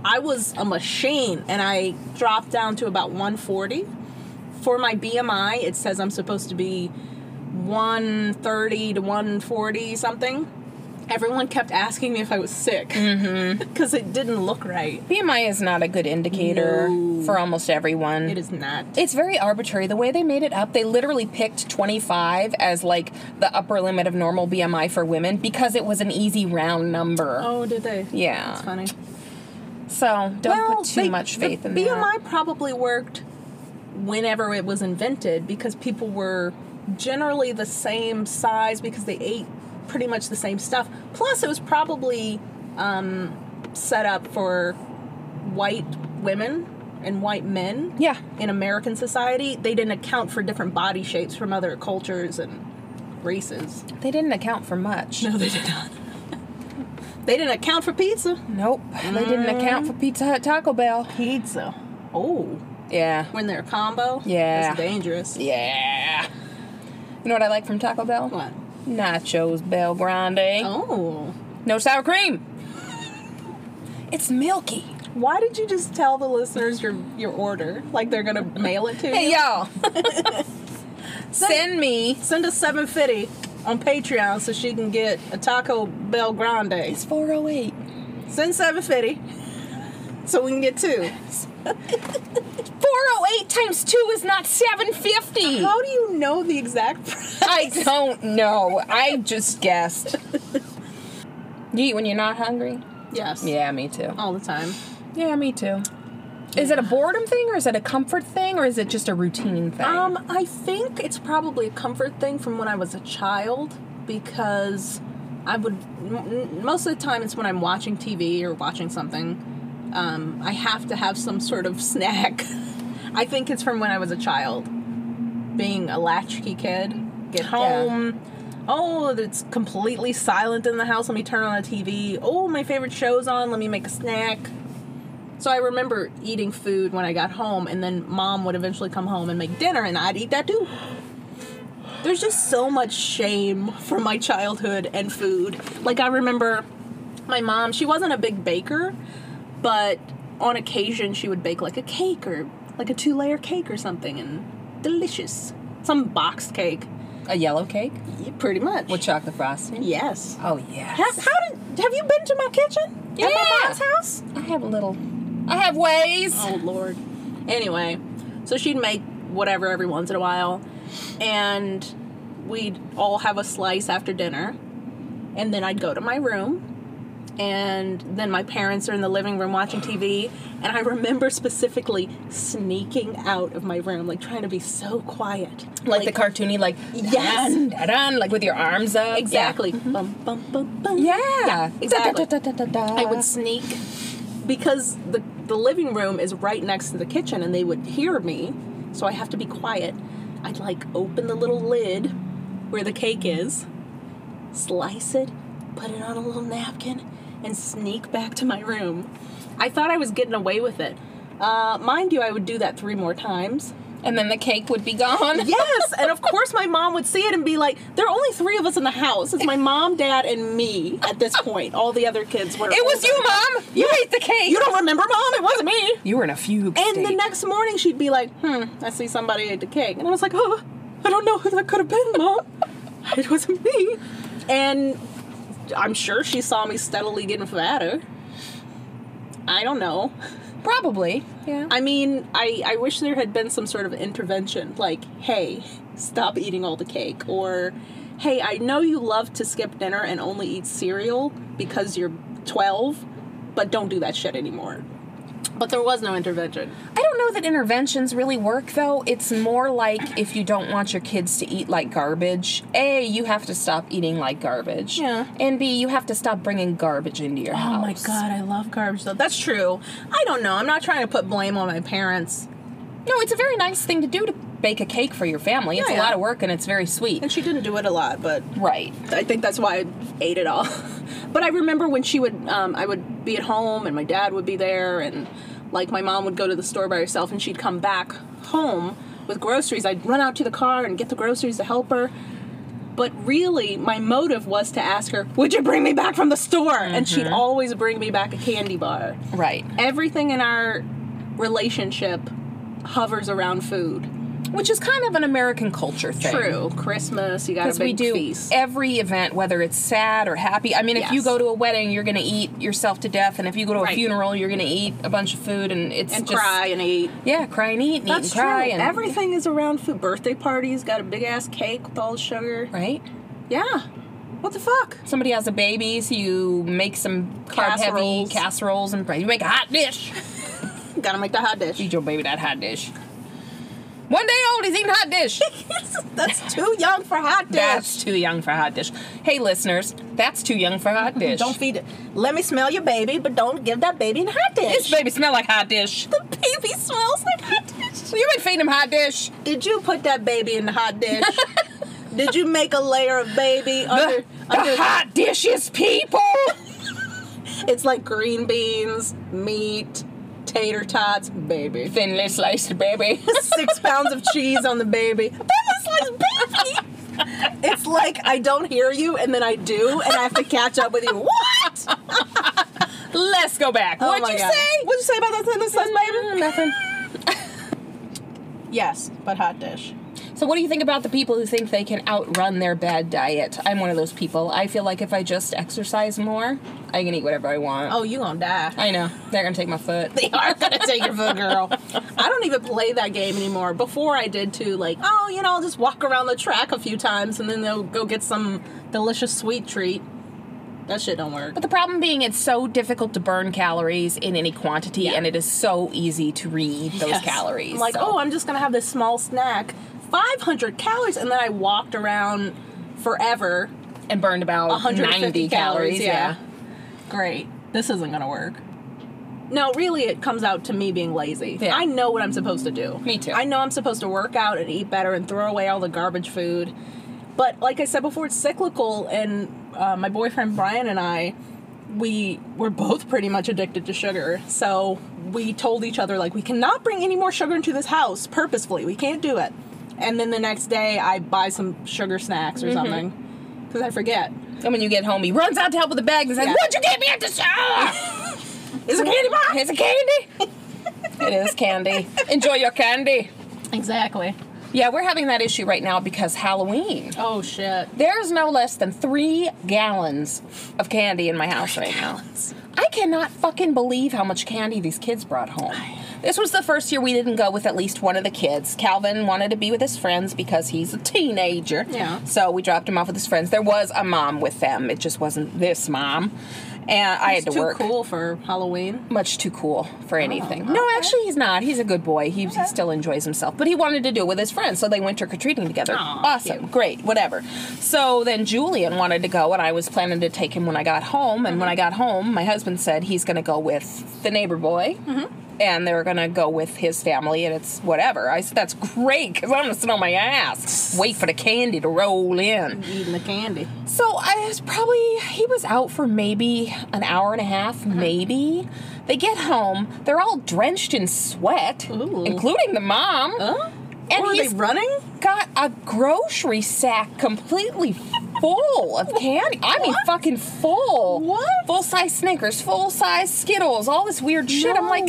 S2: I was a machine and I dropped down to about 140 for my BMI, it says I'm supposed to be 130 to 140 something. Everyone kept asking me if I was sick because it didn't look right.
S5: BMI is not a good indicator for almost everyone.
S2: It is not.
S5: It's very arbitrary. The way they made it up, they literally picked 25 as like the upper limit of normal BMI for women because it was an easy round number.
S2: oh, did they?
S5: yeah.
S2: It's funny.
S5: So don't
S2: well,
S5: put too
S2: they-
S5: much
S2: the
S5: faith in
S2: BMI
S5: that.
S2: probably worked whenever it was invented because people were generally the same size because they ate pretty much the same stuff. Plus, it was probably um, set up for white women and white men.
S5: Yeah.
S2: In American society, they didn't account for different body shapes from other cultures and races.
S5: They didn't account for much.
S2: No, they did not. they didn't account for pizza.
S5: Nope. They didn't account for Pizza Hut Taco Bell.
S2: Pizza. Oh.
S5: Yeah.
S2: when they're a combo.
S5: Yeah.
S2: It's dangerous.
S5: Yeah. You know what I like from Taco Bell?
S2: What?
S5: Nachos Bel Grande.
S2: Oh.
S5: No sour cream. It's milky.
S2: Why did you just tell the listeners your your order? Like they're gonna mail it to you?
S5: Hey, y'all. Send me
S2: Send us seven fifty on Patreon so she can get a Taco Bell Grande.
S5: It's 408.
S2: Send seven fifty. So we can get two.
S5: 408 times 2 is not 750.
S2: How do you know the exact price?
S5: I don't know. I just guessed. You eat when you're not hungry?
S2: Yes.
S5: Yeah, me too.
S2: All the time.
S5: Yeah, me too. Is it a boredom thing or is it a comfort thing or is it just a routine thing?
S2: Um, I think it's probably a comfort thing from when I was a child because I would m- m- most of the time it's when I'm watching TV or watching something. Um, I have to have some sort of snack. I think it's from when I was a child, being a latchkey kid. Get home. Oh, it's completely silent in the house. Let me turn on the TV. Oh, my favorite show's on. Let me make a snack. So I remember eating food when I got home, and then mom would eventually come home and make dinner, and I'd eat that too. There's just so much shame from my childhood and food. Like, I remember my mom, she wasn't a big baker, but on occasion she would bake like a cake or like a two layer cake or something, and delicious. Some boxed cake,
S5: a yellow cake
S2: pretty much.
S5: with chocolate frosting?
S2: yes.
S5: Oh, yeah.
S2: Have, how did, have you been to my kitchen? At my
S5: Yeah.
S2: mom's house?
S5: I have a little. I have ways.
S2: Oh lord. Anyway, so she'd make whatever every once in a while, and we'd all have a slice after dinner, and then I'd go to my room, and then my parents are in the living room watching TV, and I remember specifically sneaking out of my room, like trying to be so quiet,
S5: Like, the cartoony, like,
S2: Yes.
S5: dun, dun, dun, like with your arms up. Mm-hmm.
S2: exactly. Bum, bum, bum, bum.
S5: Yeah. yeah
S2: exactly. Uh-huh.
S5: Da, da, da, da, da, da.
S2: I would sneak because the the living room is right next to the kitchen and they would hear me, so I have to be quiet. I'd like open the little lid where the cake is, slice it, put it on a little napkin, and sneak back to my room. I thought I was getting away with it. Uh, mind you, I would do that three more times.
S5: And then the cake would be gone.
S2: Yes, and of course my mom would see it and be like, "There are only three of us in the house. It's my mom, dad, and me at this point. All the other kids were."
S5: It was
S2: older.
S5: you, Mom! You ate the cake!
S2: You don't remember, mom? It wasn't me.
S5: You were in a fugue
S2: And the
S5: state.
S2: next morning she'd be like, "Hmm, I see somebody ate the cake," and I was like, "Oh, I don't know who that could have been, mom. it wasn't me." And I'm sure she saw me steadily getting fatter. I don't know.
S5: Probably. Yeah.
S2: I mean, I, I wish there had been some sort of intervention, like, hey, stop eating all the cake, or hey, I know you love to skip dinner and only eat cereal because you're 12, but don't do that shit anymore. But there was no intervention.
S5: I don't know that interventions really work though. It's more like if you don't want your kids to eat like garbage, A, you have to stop eating like garbage.
S2: Yeah.
S5: And B, you have to stop bringing garbage into your house.
S2: Oh my god, I love garbage though. That's true. I don't know. I'm not trying to put blame on my parents.
S5: No, it's a very nice thing to do to bake a cake for your family. It's
S2: Yeah,
S5: a
S2: yeah.
S5: lot of work and it's very sweet.
S2: And she didn't do it a lot, but
S5: Right.
S2: I think that's why I ate it all. But I remember when she would, um, I would be at home and my dad would be there, and like my mom would go to the store by herself and she'd come back home with groceries. I'd run out to the car and get the groceries to help her. But really, my motive was to ask her, Would you bring me back from the store? And she'd
S5: Mm-hmm.
S2: always bring me back a candy bar.
S5: Right.
S2: Everything in our relationship hovers around food.
S5: Which is kind of an American culture thing.
S2: True. Christmas, you got a
S5: Because
S2: big
S5: we do
S2: feast.
S5: every event, whether it's sad or happy. I mean, if you
S2: Yes.
S5: go to a wedding, you're going to eat yourself to death, and if you go to a
S2: Right.
S5: funeral, you're going to eat a bunch of food, and it's
S2: and
S5: just
S2: cry and eat.
S5: yeah, cry and eat, and
S2: That's
S5: eat and cry,
S2: true.
S5: and
S2: Everything is around food. Birthday parties got a big ass cake with all the sugar.
S5: right.
S2: Yeah. What the fuck?
S5: Somebody has a baby, so you make some carb heavy
S2: Casseroles.
S5: casseroles and you make a hot dish.
S2: Gotta make the hot dish.
S5: Feed your baby that hot dish. One day old, he's eating hot dish.
S2: That's too young for hot dish.
S5: That's too young for hot dish. Hey, listeners, that's too young for hot dish.
S2: Don't feed it. Let me smell your baby, but don't give that baby a hot dish.
S5: This baby smell like hot dish.
S2: the baby smells like hot dish.
S5: You've been feeding him hot dish.
S2: Did you put that baby in the hot dish? Did you make a layer of baby under?
S5: The
S2: under
S5: hot dishes, people.
S2: it's like green beans, meat, tater tots, baby.
S5: Thinly sliced, baby.
S2: six pounds of cheese on the baby. That is like baby. It's like I don't hear you, and then I do, and I have to catch up with you. What?
S5: Let's go back.
S2: Oh
S5: What'd
S2: my
S5: you
S2: God. Mm,
S5: say?
S2: What'd you say about that sentence, baby?
S5: Nothing.
S2: Yes, but hot dish.
S5: So, what do you think about the people who think they can outrun their bad diet? I'm one of those people. I feel like if I just exercise more, I can eat whatever I want.
S2: Oh, you gonna die.
S5: I know. They're gonna take my foot.
S2: They are gonna take your food, girl. I don't even play that game anymore. Before I did too, like, oh, you know, I'll just walk around the track a few times and then they'll go get some delicious sweet treat. That shit don't work.
S5: But the problem being, it's so difficult to burn calories in any quantity, and it is so easy to read those
S2: Yes.
S5: calories.
S2: I'm like,
S5: so.
S2: oh, I'm just gonna have this small snack, 500 calories, and then I walked around forever,
S5: and burned about
S2: 150
S5: 90
S2: calories.
S5: calories. Yeah.
S2: Great. This isn't gonna work. No, really, it comes out to me being lazy.
S5: Yeah.
S2: I know what I'm supposed to do.
S5: Me too.
S2: I know I'm supposed to work out and eat better and throw away all the garbage food. But like I said before, it's cyclical, and uh, my boyfriend Brian and I, we were both pretty much addicted to sugar. So we told each other, like, we cannot bring any more sugar into this house purposefully. We can't do it. And then the next day, I buy some sugar snacks or something because I forget.
S5: And when you get home, he runs out to help with the bag and says,
S2: Yeah.
S5: What'd you get me at the store?
S2: It's a candy bar.
S5: Here's a candy. it is candy. Enjoy your candy.
S2: Exactly.
S5: Yeah, we're having that issue right now because Halloween.
S2: Oh shit.
S5: There's no less than three gallons of candy in my house right now. I cannot fucking believe how much candy these kids brought home. This was the first year we didn't go with at least one of the kids. Calvin wanted to be with his friends because he's a teenager.
S2: Yeah.
S5: So we dropped him off with his friends. There was a mom with them, it just wasn't this mom. and I had
S2: It's
S5: to
S2: too
S5: work.
S2: cool for Halloween.
S5: Much too cool for anything. No, actually, he's not. He's a good boy. He, he still enjoys himself. But he wanted to do it with his friends, so they went trick or treating together. awesome, great, whatever. So then Julian wanted to go, and I was planning to take him when I got home. And when I got home, my husband said he's going to go with the neighbor boy. And they're gonna go with his family, and it's whatever. I said that's great because I'm gonna sit on my ass, wait for the candy to roll in.
S2: Eating the candy.
S5: So I was probably he was out for maybe an hour and a half,
S2: Uh-huh.
S5: maybe. They get home, they're all drenched in sweat, including the mom.
S2: Uh.
S5: And
S2: Were
S5: he's
S2: they running?
S5: got a grocery sack completely full of candy. I mean, fucking full.
S2: What?
S5: Full size Snickers, full size Skittles, all this weird shit. I'm like,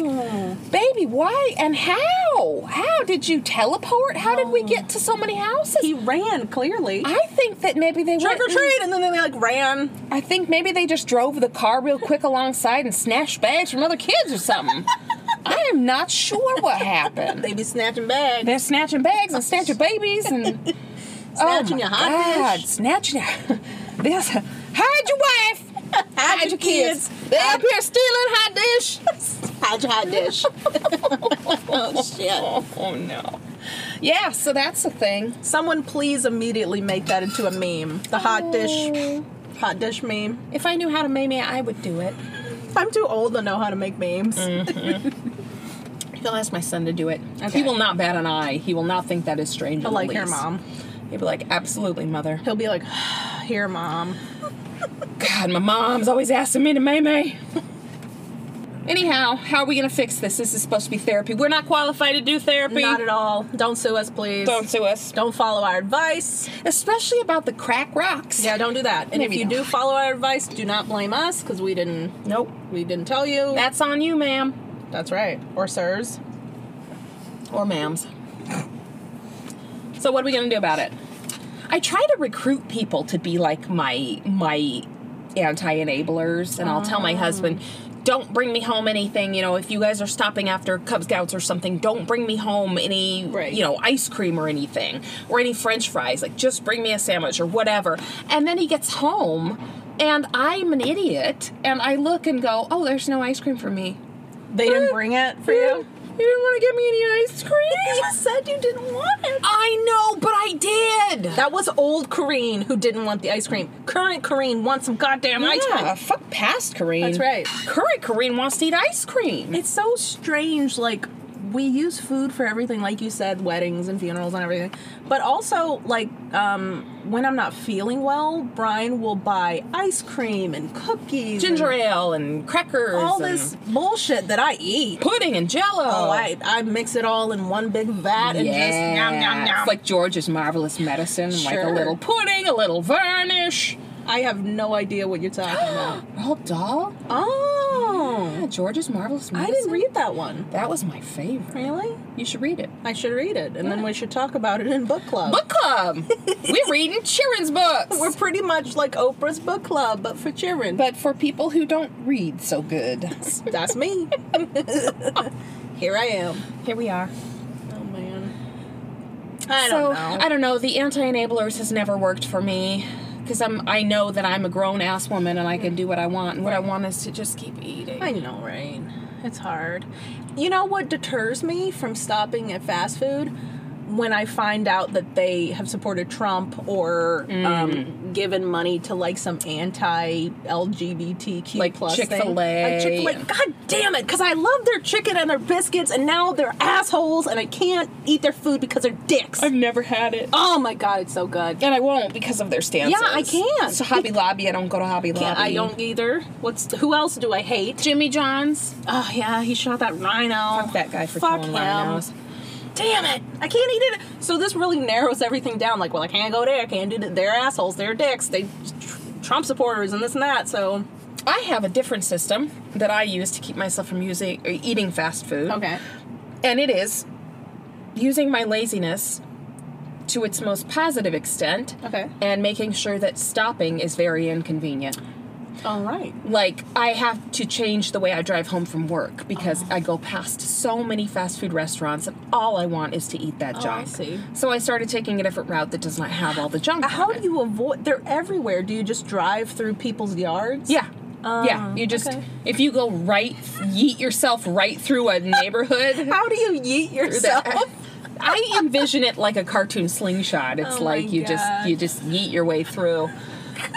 S5: baby, why and how? How did you teleport? How did we get to so many houses?
S2: He ran clearly.
S5: I think that maybe they
S2: Trick or
S5: went and-
S2: treat, and then they like ran.
S5: I think maybe they just drove the car real quick alongside and snatched bags from other kids or something. I am not sure what happened.
S2: They be snatching bags.
S5: They're snatching bags and snatching babies and oh
S2: Snatching your hot
S5: God,
S2: dish.
S5: snatching your this. Hide your wife. Hide your kids.
S2: They
S5: They're
S2: up
S5: up
S2: here stealing hot dish. hide your hot dish. oh shit!
S5: Oh no. Yeah, so that's the thing.
S2: Someone please immediately make that into a meme. The
S5: Oh.
S2: hot dish, hot dish meme.
S5: If I knew how to meme it, I would do it.
S2: I'm too old to know how to make memes.
S5: Mm, He'll ask my son to do it. He will not bat an eye. He will not think that is strange.
S2: I
S5: in the
S2: like your
S5: least.
S2: mom.
S5: He'll be like, absolutely, mother.
S2: He'll be like, "Here, mom."
S5: God, my mom's always asking me to may may. Anyhow, how are we gonna fix this? This is supposed to be therapy. We're not qualified to do therapy.
S2: Not at all. Don't sue us, please.
S5: Don't sue us.
S2: Don't follow our advice.
S5: Especially about the crack rocks.
S2: Yeah, don't do that. And
S5: Maybe
S2: if you
S5: not.
S2: do follow our advice, do not blame us because we didn't.
S5: Nope.
S2: We didn't tell you.
S5: That's on you, ma'am.
S2: That's right. Or sirs.
S5: Or ma'ams. So what are we gonna do about it? I try to recruit people to be like my my anti-enablers, and I'll tell my husband, don't bring me home anything. You know, if you guys are stopping after Cub Scouts or something, don't bring me home any
S2: Right.
S5: you know ice cream or anything or any French fries. Like just bring me a sandwich or whatever. And then he gets home, and I'm an idiot, and I look and go, oh, there's no ice cream for me.
S2: They didn't bring it for
S5: You
S2: you.
S5: didn't want to get me any ice cream.
S2: You said you didn't want it.
S5: I know, but I did.
S2: That was old Corrine who didn't want the ice cream. Current Corrine wants some goddamn ice
S5: Yeah,
S2: cream.
S5: fuck past Kareen.
S2: That's right.
S5: Current Kareen wants to eat ice cream.
S2: It's so strange. Like, we use food for everything, like you said, weddings and funerals and everything. But also, like, um, when I'm not feeling well, Brian will buy ice cream and cookies.
S5: Ginger
S2: and
S5: ale and crackers.
S2: All
S5: and
S2: this bullshit that I eat.
S5: pudding and jello.
S2: Oh, I, I mix it all in one big vat and just nom nom nom.
S5: It's like George's marvelous medicine, like
S2: Sure.
S5: a little pudding, a little varnish.
S2: I have no idea what you're talking about.
S5: Roald Dahl? Yeah,
S2: Oh,
S5: George's marvelous
S2: I
S5: medicine.
S2: didn't read that one.
S5: That was my favorite.
S2: Really?
S5: You should read it.
S2: I should read it, and then we should talk about it in book club.
S5: Book club. We're reading children's books.
S2: We're pretty much like Oprah's book club, but for children.
S5: but for people who don't read so good.
S2: that's me. Here I am.
S5: Here we are.
S2: Oh man. I
S5: so
S2: don't know.
S5: I don't know. The anti-enablers has never worked for me because I'm. I know that I'm a grown ass woman and I can do what I want. And what I want is to just keep eating.
S2: I know, right? It's hard. You know what deters me from stopping at fast food? When I find out that they have supported Trump or
S5: Mm.
S2: um, given money to like some anti-LGBTQ
S5: Like
S2: plus
S5: Chick-fil-A
S2: thing, like
S5: and-
S2: Chick Fil A, God damn it! Because I love their chicken and their biscuits, and now they're assholes, and I can't eat their food because they're dicks.
S5: never had it,
S2: oh my god, it's so good.
S5: and I won't because of their stances.
S2: Yeah, I can't.
S5: So Hobby Lobby, I don't go to Hobby Lobby.
S2: Yeah, I don't either. What's who else do I hate?
S5: Jimmy John's.
S2: Oh yeah, he shot that rhino.
S5: Oh, Fuck that guy for
S2: Fuck him.
S5: killing rhinos.
S2: Damn it! I can't eat it. So this really narrows everything down. Like, well, I can't go there. I can't do that. They're assholes. They're dicks. They tr- Trump supporters and this and that. So
S5: I have a different system that I use to keep myself from using or eating fast food. and it is using my laziness to its most positive extent
S2: Okay.
S5: and making sure that stopping is very inconvenient
S2: All right.
S5: like i have to change the way i drive home from work because i go past so many fast food restaurants and all i want is to eat that junk
S2: Oh, see.
S5: so i started taking a different route that does not have all the junk on
S2: How
S5: it.
S2: do you avoid? They're everywhere. Do you just drive through people's yards?
S5: yeah yeah,
S2: Oh,
S5: you just if you go right, yeet yourself right through a neighborhood.
S2: How do you yeet yourself?
S5: I envision it like a cartoon slingshot. It's like you just
S2: Oh God.
S5: you just yeet your way through.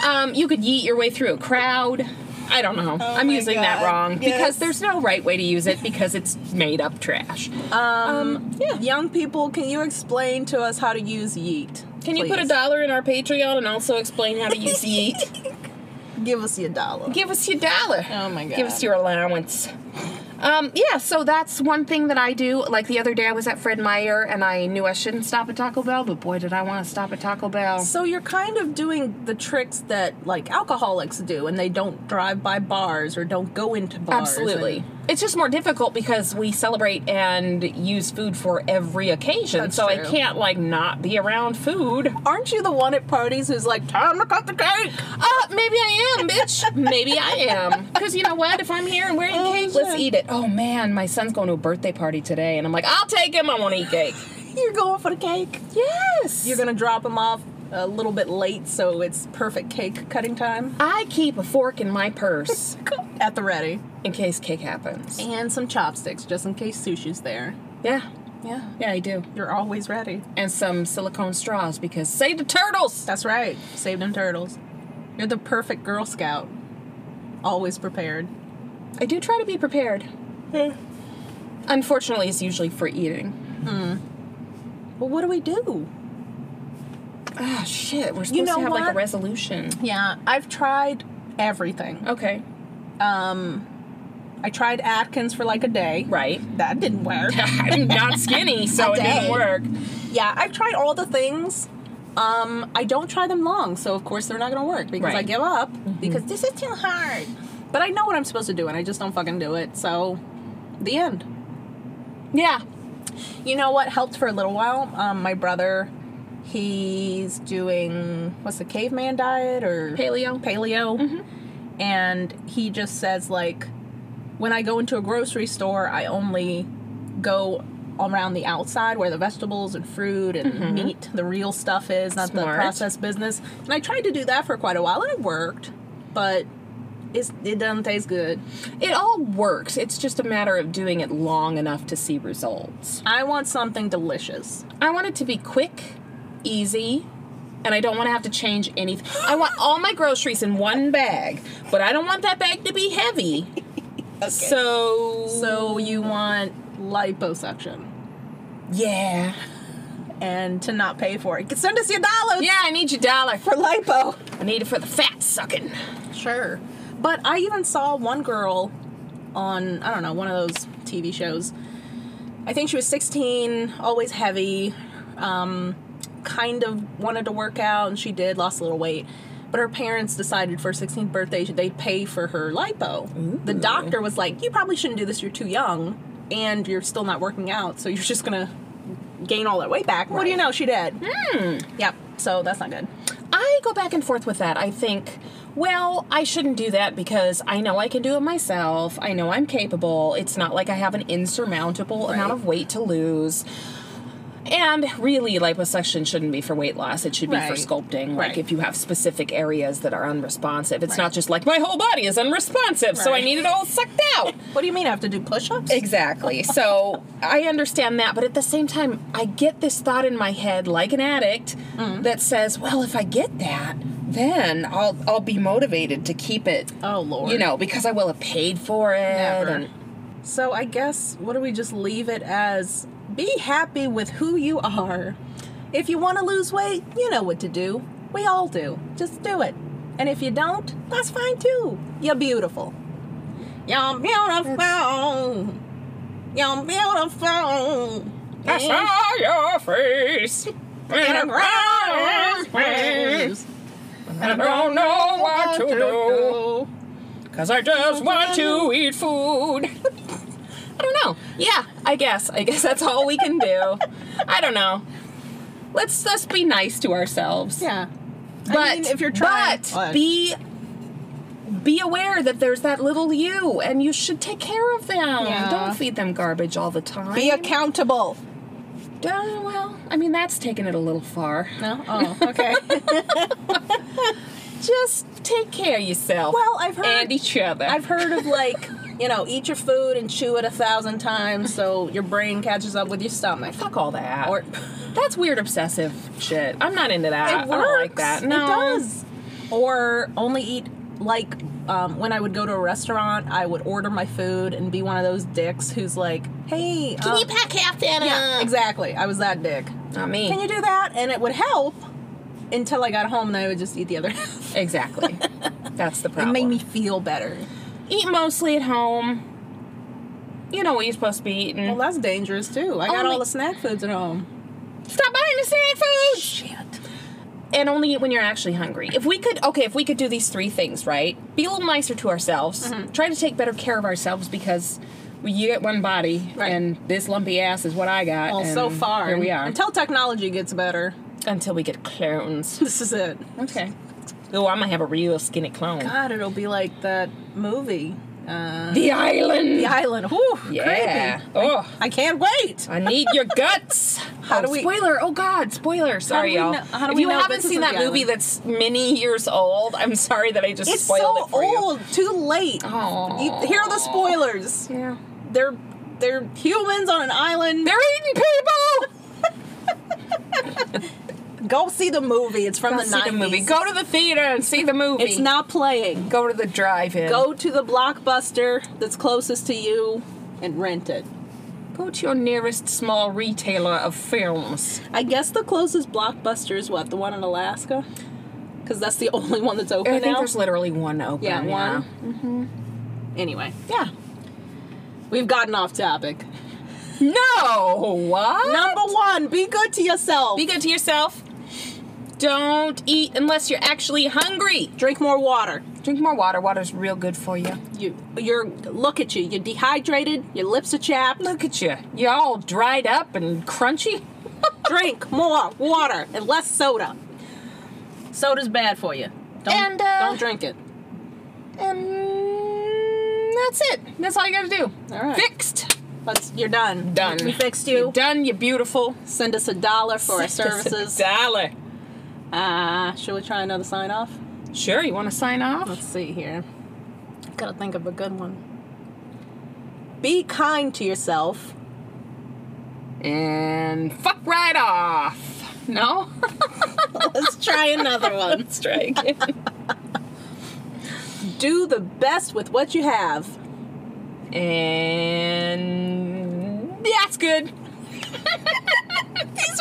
S5: Um, you could yeet your way through a crowd. I don't know. I'm
S2: Oh my
S5: using that
S2: God.
S5: wrong
S2: Yes.
S5: because there's no right way to use it because it's made up trash.
S2: Um,
S5: Um,
S2: Young people, can you explain to us how to use yeet?
S5: Can you put a
S2: please?
S5: dollar in our Patreon and also explain how to use yeet?
S2: Give us your dollar.
S5: Give us your dollar.
S2: Oh my God.
S5: Give us your allowance. Um, yeah, so that's one thing that I do. Like the other day, I was at Fred Meyer and I knew I shouldn't stop at Taco Bell, but boy, did I want to stop at Taco Bell.
S2: So you're kind of doing the tricks that like alcoholics do, and they don't drive by bars or don't go into bars.
S5: Absolutely. It's just more difficult because we celebrate and use food for every occasion.
S2: That's
S5: so I
S2: true.
S5: can't like not be around food.
S2: And aren't you the one at parties who's like, time to cut the cake?
S5: Uh, maybe I am, bitch. Maybe I am. Because you know what? If I'm here and we're eating cake, let's eat it. Oh man, my son's going to a birthday party today, and I'm like, I'll take him. I want to eat cake.
S2: You're going for the cake.
S5: Yes.
S2: You're gonna drop them off a little bit late, so it's perfect cake cutting time
S5: I keep a fork in my purse
S2: at the ready,
S5: in case cake happens.
S2: and some chopsticks just in case sushi's there.
S5: Yeah.
S2: Yeah,
S5: Yeah, I do.
S2: you're always ready.
S5: And some silicone straws because save the turtles.
S2: That's right. Save them turtles. You're the perfect Girl Scout. Always prepared.
S5: I do try to be prepared.
S2: Eh.
S5: Unfortunately, it's usually for eating.
S2: Well, what do we do?
S5: Ah, shit. We're supposed
S2: know
S5: to have like a
S2: what?
S5: resolution.
S2: Yeah, I've tried everything.
S5: Okay.
S2: I tried Atkins for like a day.
S5: Right.
S2: That didn't work.
S5: I'm not skinny, so it didn't
S2: Dang.
S5: work.
S2: yeah, I've tried all the things. Um, I don't try them long, so of course they're not gonna work because I
S5: Right.
S2: give up because this is too hard. But I know what I'm supposed to do and I just don't fucking do it. So, the end.
S5: Yeah.
S2: You know what helped for a little while? Um, my brother, he's doing what's the caveman diet or
S5: Paleo.
S2: Paleo, and he just says like, when I go into a grocery store, I only go around the outside where the vegetables and fruit and meat, the real stuff is, not the
S5: Smart.
S2: processed business. And I tried to do that for quite a while, and it worked, but. It's, it doesn't taste good.
S5: It all works. It's just a matter of doing it long enough to see results.
S2: I want something delicious.
S5: I want it to be quick, easy, and I don't want to have to change anything. I want all my groceries in one bag, but I don't want that bag to be heavy. So,
S2: So you want liposuction.
S5: yeah.
S2: and to not pay for it. Send us your dollars
S5: Yeah, I need your dollar.
S2: for lipo.
S5: I need it for the fat sucking.
S2: Sure. But I even saw one girl on, I don't know, one of those TV shows. I think she was 16, always heavy, um, kind of wanted to work out, and she did, lost a little weight. But her parents decided for her 16th birthday they'd pay for her lipo. The doctor was like, You probably shouldn't do this, you're too young, and you're still not working out, so you're just gonna gain all that weight back. What do you know? She did. Yep. So that's not good.
S5: I go back and forth with that. I think, well, I shouldn't do that because I know I can do it myself. I know I'm capable. It's not like I have an insurmountable amount of weight to lose. And really, liposuction shouldn't be for weight loss. It should be
S2: Right.
S5: for sculpting. Like
S2: Right.
S5: if you have specific areas that are unresponsive, it's not just like my whole body is unresponsive, so I
S2: Right.
S5: need it all sucked out.
S2: What do you mean I have to do push ups?
S5: Exactly. So I understand that, but at the same time, I get this thought in my head, like an addict,
S2: Mm-hmm.
S5: that says, "Well, if I get that, then I'll I'll be motivated to keep it."
S2: Oh, Lord.
S5: you know, because I will have paid for it.
S2: Never.
S5: and-
S2: So I guess what do we just leave it as? Be happy with who you are. If you want to lose weight, you know what to do. We all do. Just do it. And if you don't, that's fine too. You're beautiful. You're beautiful. You're beautiful.
S5: I saw your face Eh. in a crowded space, and I don't know what to do because I just want to eat food. I don't know. Yeah, I guess. I guess that's all we can do. I don't know. Let's let's be nice to ourselves.
S2: Yeah.
S5: but
S2: mean, if you're trying-
S5: but
S2: What?
S5: be be aware that there's that little you, and you should take care of them.
S2: Yeah.
S5: Don't feed them garbage all the time.
S2: Be accountable.
S5: Uh,
S2: Oh,
S5: well, I mean that's taking it a little far.
S2: No? Oh, okay.
S5: just take care of yourself.
S2: Well, I've heard
S5: and each other.
S2: I've heard of like, you know, eat your food and chew it a thousand times so your brain catches up with your stomach.
S5: Fuck all that.
S2: Or
S5: That's weird obsessive shit. I'm not into that.
S2: it works.
S5: I don't like that. No.
S2: It does. Or only eat like um, when I would go to a restaurant, I would order my food and be one of those dicks who's like, "Hey, can you pack half dinner?" Uh, Yeah, exactly. I was that dick.
S5: Not me.
S2: Can you do that? And it would help until I got home and I would just eat the other half.
S5: exactly. That's the
S2: It
S5: problem.
S2: made me feel better.
S5: eat mostly at home. You know what you're supposed to be eating.
S2: Well, that's dangerous too. I got
S5: Only-
S2: all the snack foods at home.
S5: Stop buying the snack food. Shit. And only eat when you're actually hungry. If we could, okay, if we could do these three things, right? Be a little nicer to ourselves. Try to take better care of ourselves because we, you get one body,
S2: Right.
S5: and this lumpy ass is what I got.
S2: Well,
S5: and
S2: so far.
S5: here we are
S2: Until technology gets better,
S5: until we get clones.
S2: this is it.
S5: okay. Oh, I might have a real skinny clone.
S2: God, it'll be like that movie,
S5: The island.
S2: The Island. Whew,
S5: yeah.
S2: creepy.
S5: Oh,
S2: I can't wait.
S5: I need your guts.
S2: How
S5: Oh,
S2: do we?
S5: Spoiler! Oh God! Spoiler! Sorry,
S2: we
S5: y'all.
S2: know- how do
S5: if
S2: we
S5: you
S2: know
S5: haven't
S2: this
S5: seen
S2: isn't
S5: that
S2: the
S5: movie
S2: island?
S5: that's many years old, I'm sorry that I just
S2: It's
S5: spoiled
S2: so
S5: it for you.
S2: old. Too late.
S5: Aw.
S2: You, here are the spoilers.
S5: Yeah.
S2: They're they're humans on an island.
S5: They're eating people.
S2: Go see the movie. It's from
S5: Go
S2: the
S5: see
S2: 90s.
S5: the movie. Go to the theater and see the movie.
S2: It's not playing.
S5: Go to the drive-in.
S2: Go to the blockbuster that's closest to you and rent it.
S5: Go to your nearest small retailer of films.
S2: I guess the closest blockbuster is what the one in Alaska, because that's the only one that's open
S5: I think
S2: now.
S5: there's literally one open.
S2: Yeah, one. Anyway, yeah, we've gotten off topic.
S5: No. What?
S2: Number one, be good to yourself.
S5: Be good to yourself. Don't eat unless you're actually hungry.
S2: Drink more water.
S5: Drink more water. Water's real good for you.
S2: You, you're look at you. You're dehydrated. Your lips are chapped.
S5: Look at you. You're all dried up and crunchy.
S2: Drink more water and less soda. Soda's bad for you. Don't,
S5: And, uh,
S2: don't drink it.
S5: And that's it. That's all you gotta do.
S2: All right.
S5: Fixed.
S2: Let's, you're done.
S5: Done.
S2: We fixed
S5: You're
S2: you.
S5: done, you beautiful.
S2: Send us a dollar for our services.
S5: Dollar.
S2: Ah, should we try another sign off?
S5: Sure, you wanna sign off?
S2: Let's see here. I've got to think of a good one. Be kind to yourself.
S5: And fuck right off. No?
S2: Let's try another one.
S5: Let's try again.
S2: Do the best with what you have.
S5: and that's good.
S2: These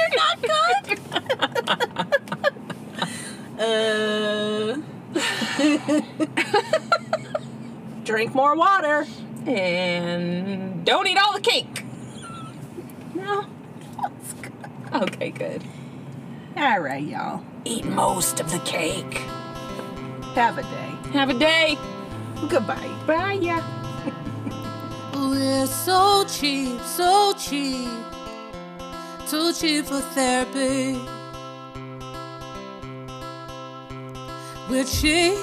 S2: are not good. uh, drink more water.
S5: And don't eat all the cake. No. That's good. Okay, good.
S2: All right, y'all.
S5: Eat most of the cake.
S2: Have a day.
S5: Have a day.
S2: Goodbye.
S5: Bye, yeah.
S4: We're so cheap, so cheap, too cheap for therapy. We're cheap,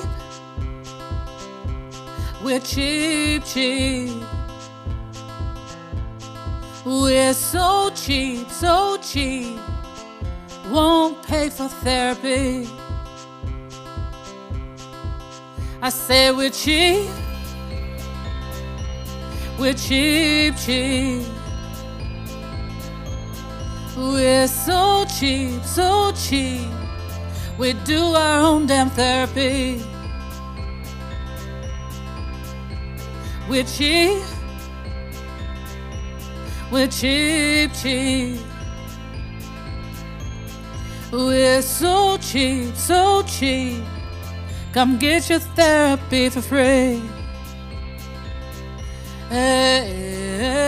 S4: we're cheap, cheap. We're so cheap, so cheap, won't pay for therapy. I say we're cheap. We're cheap, cheap. We're so cheap, so cheap. We do our own damn therapy. We're cheap. We're cheap, cheap. We're so cheap, so cheap. Come get your therapy for free. Hey, hey,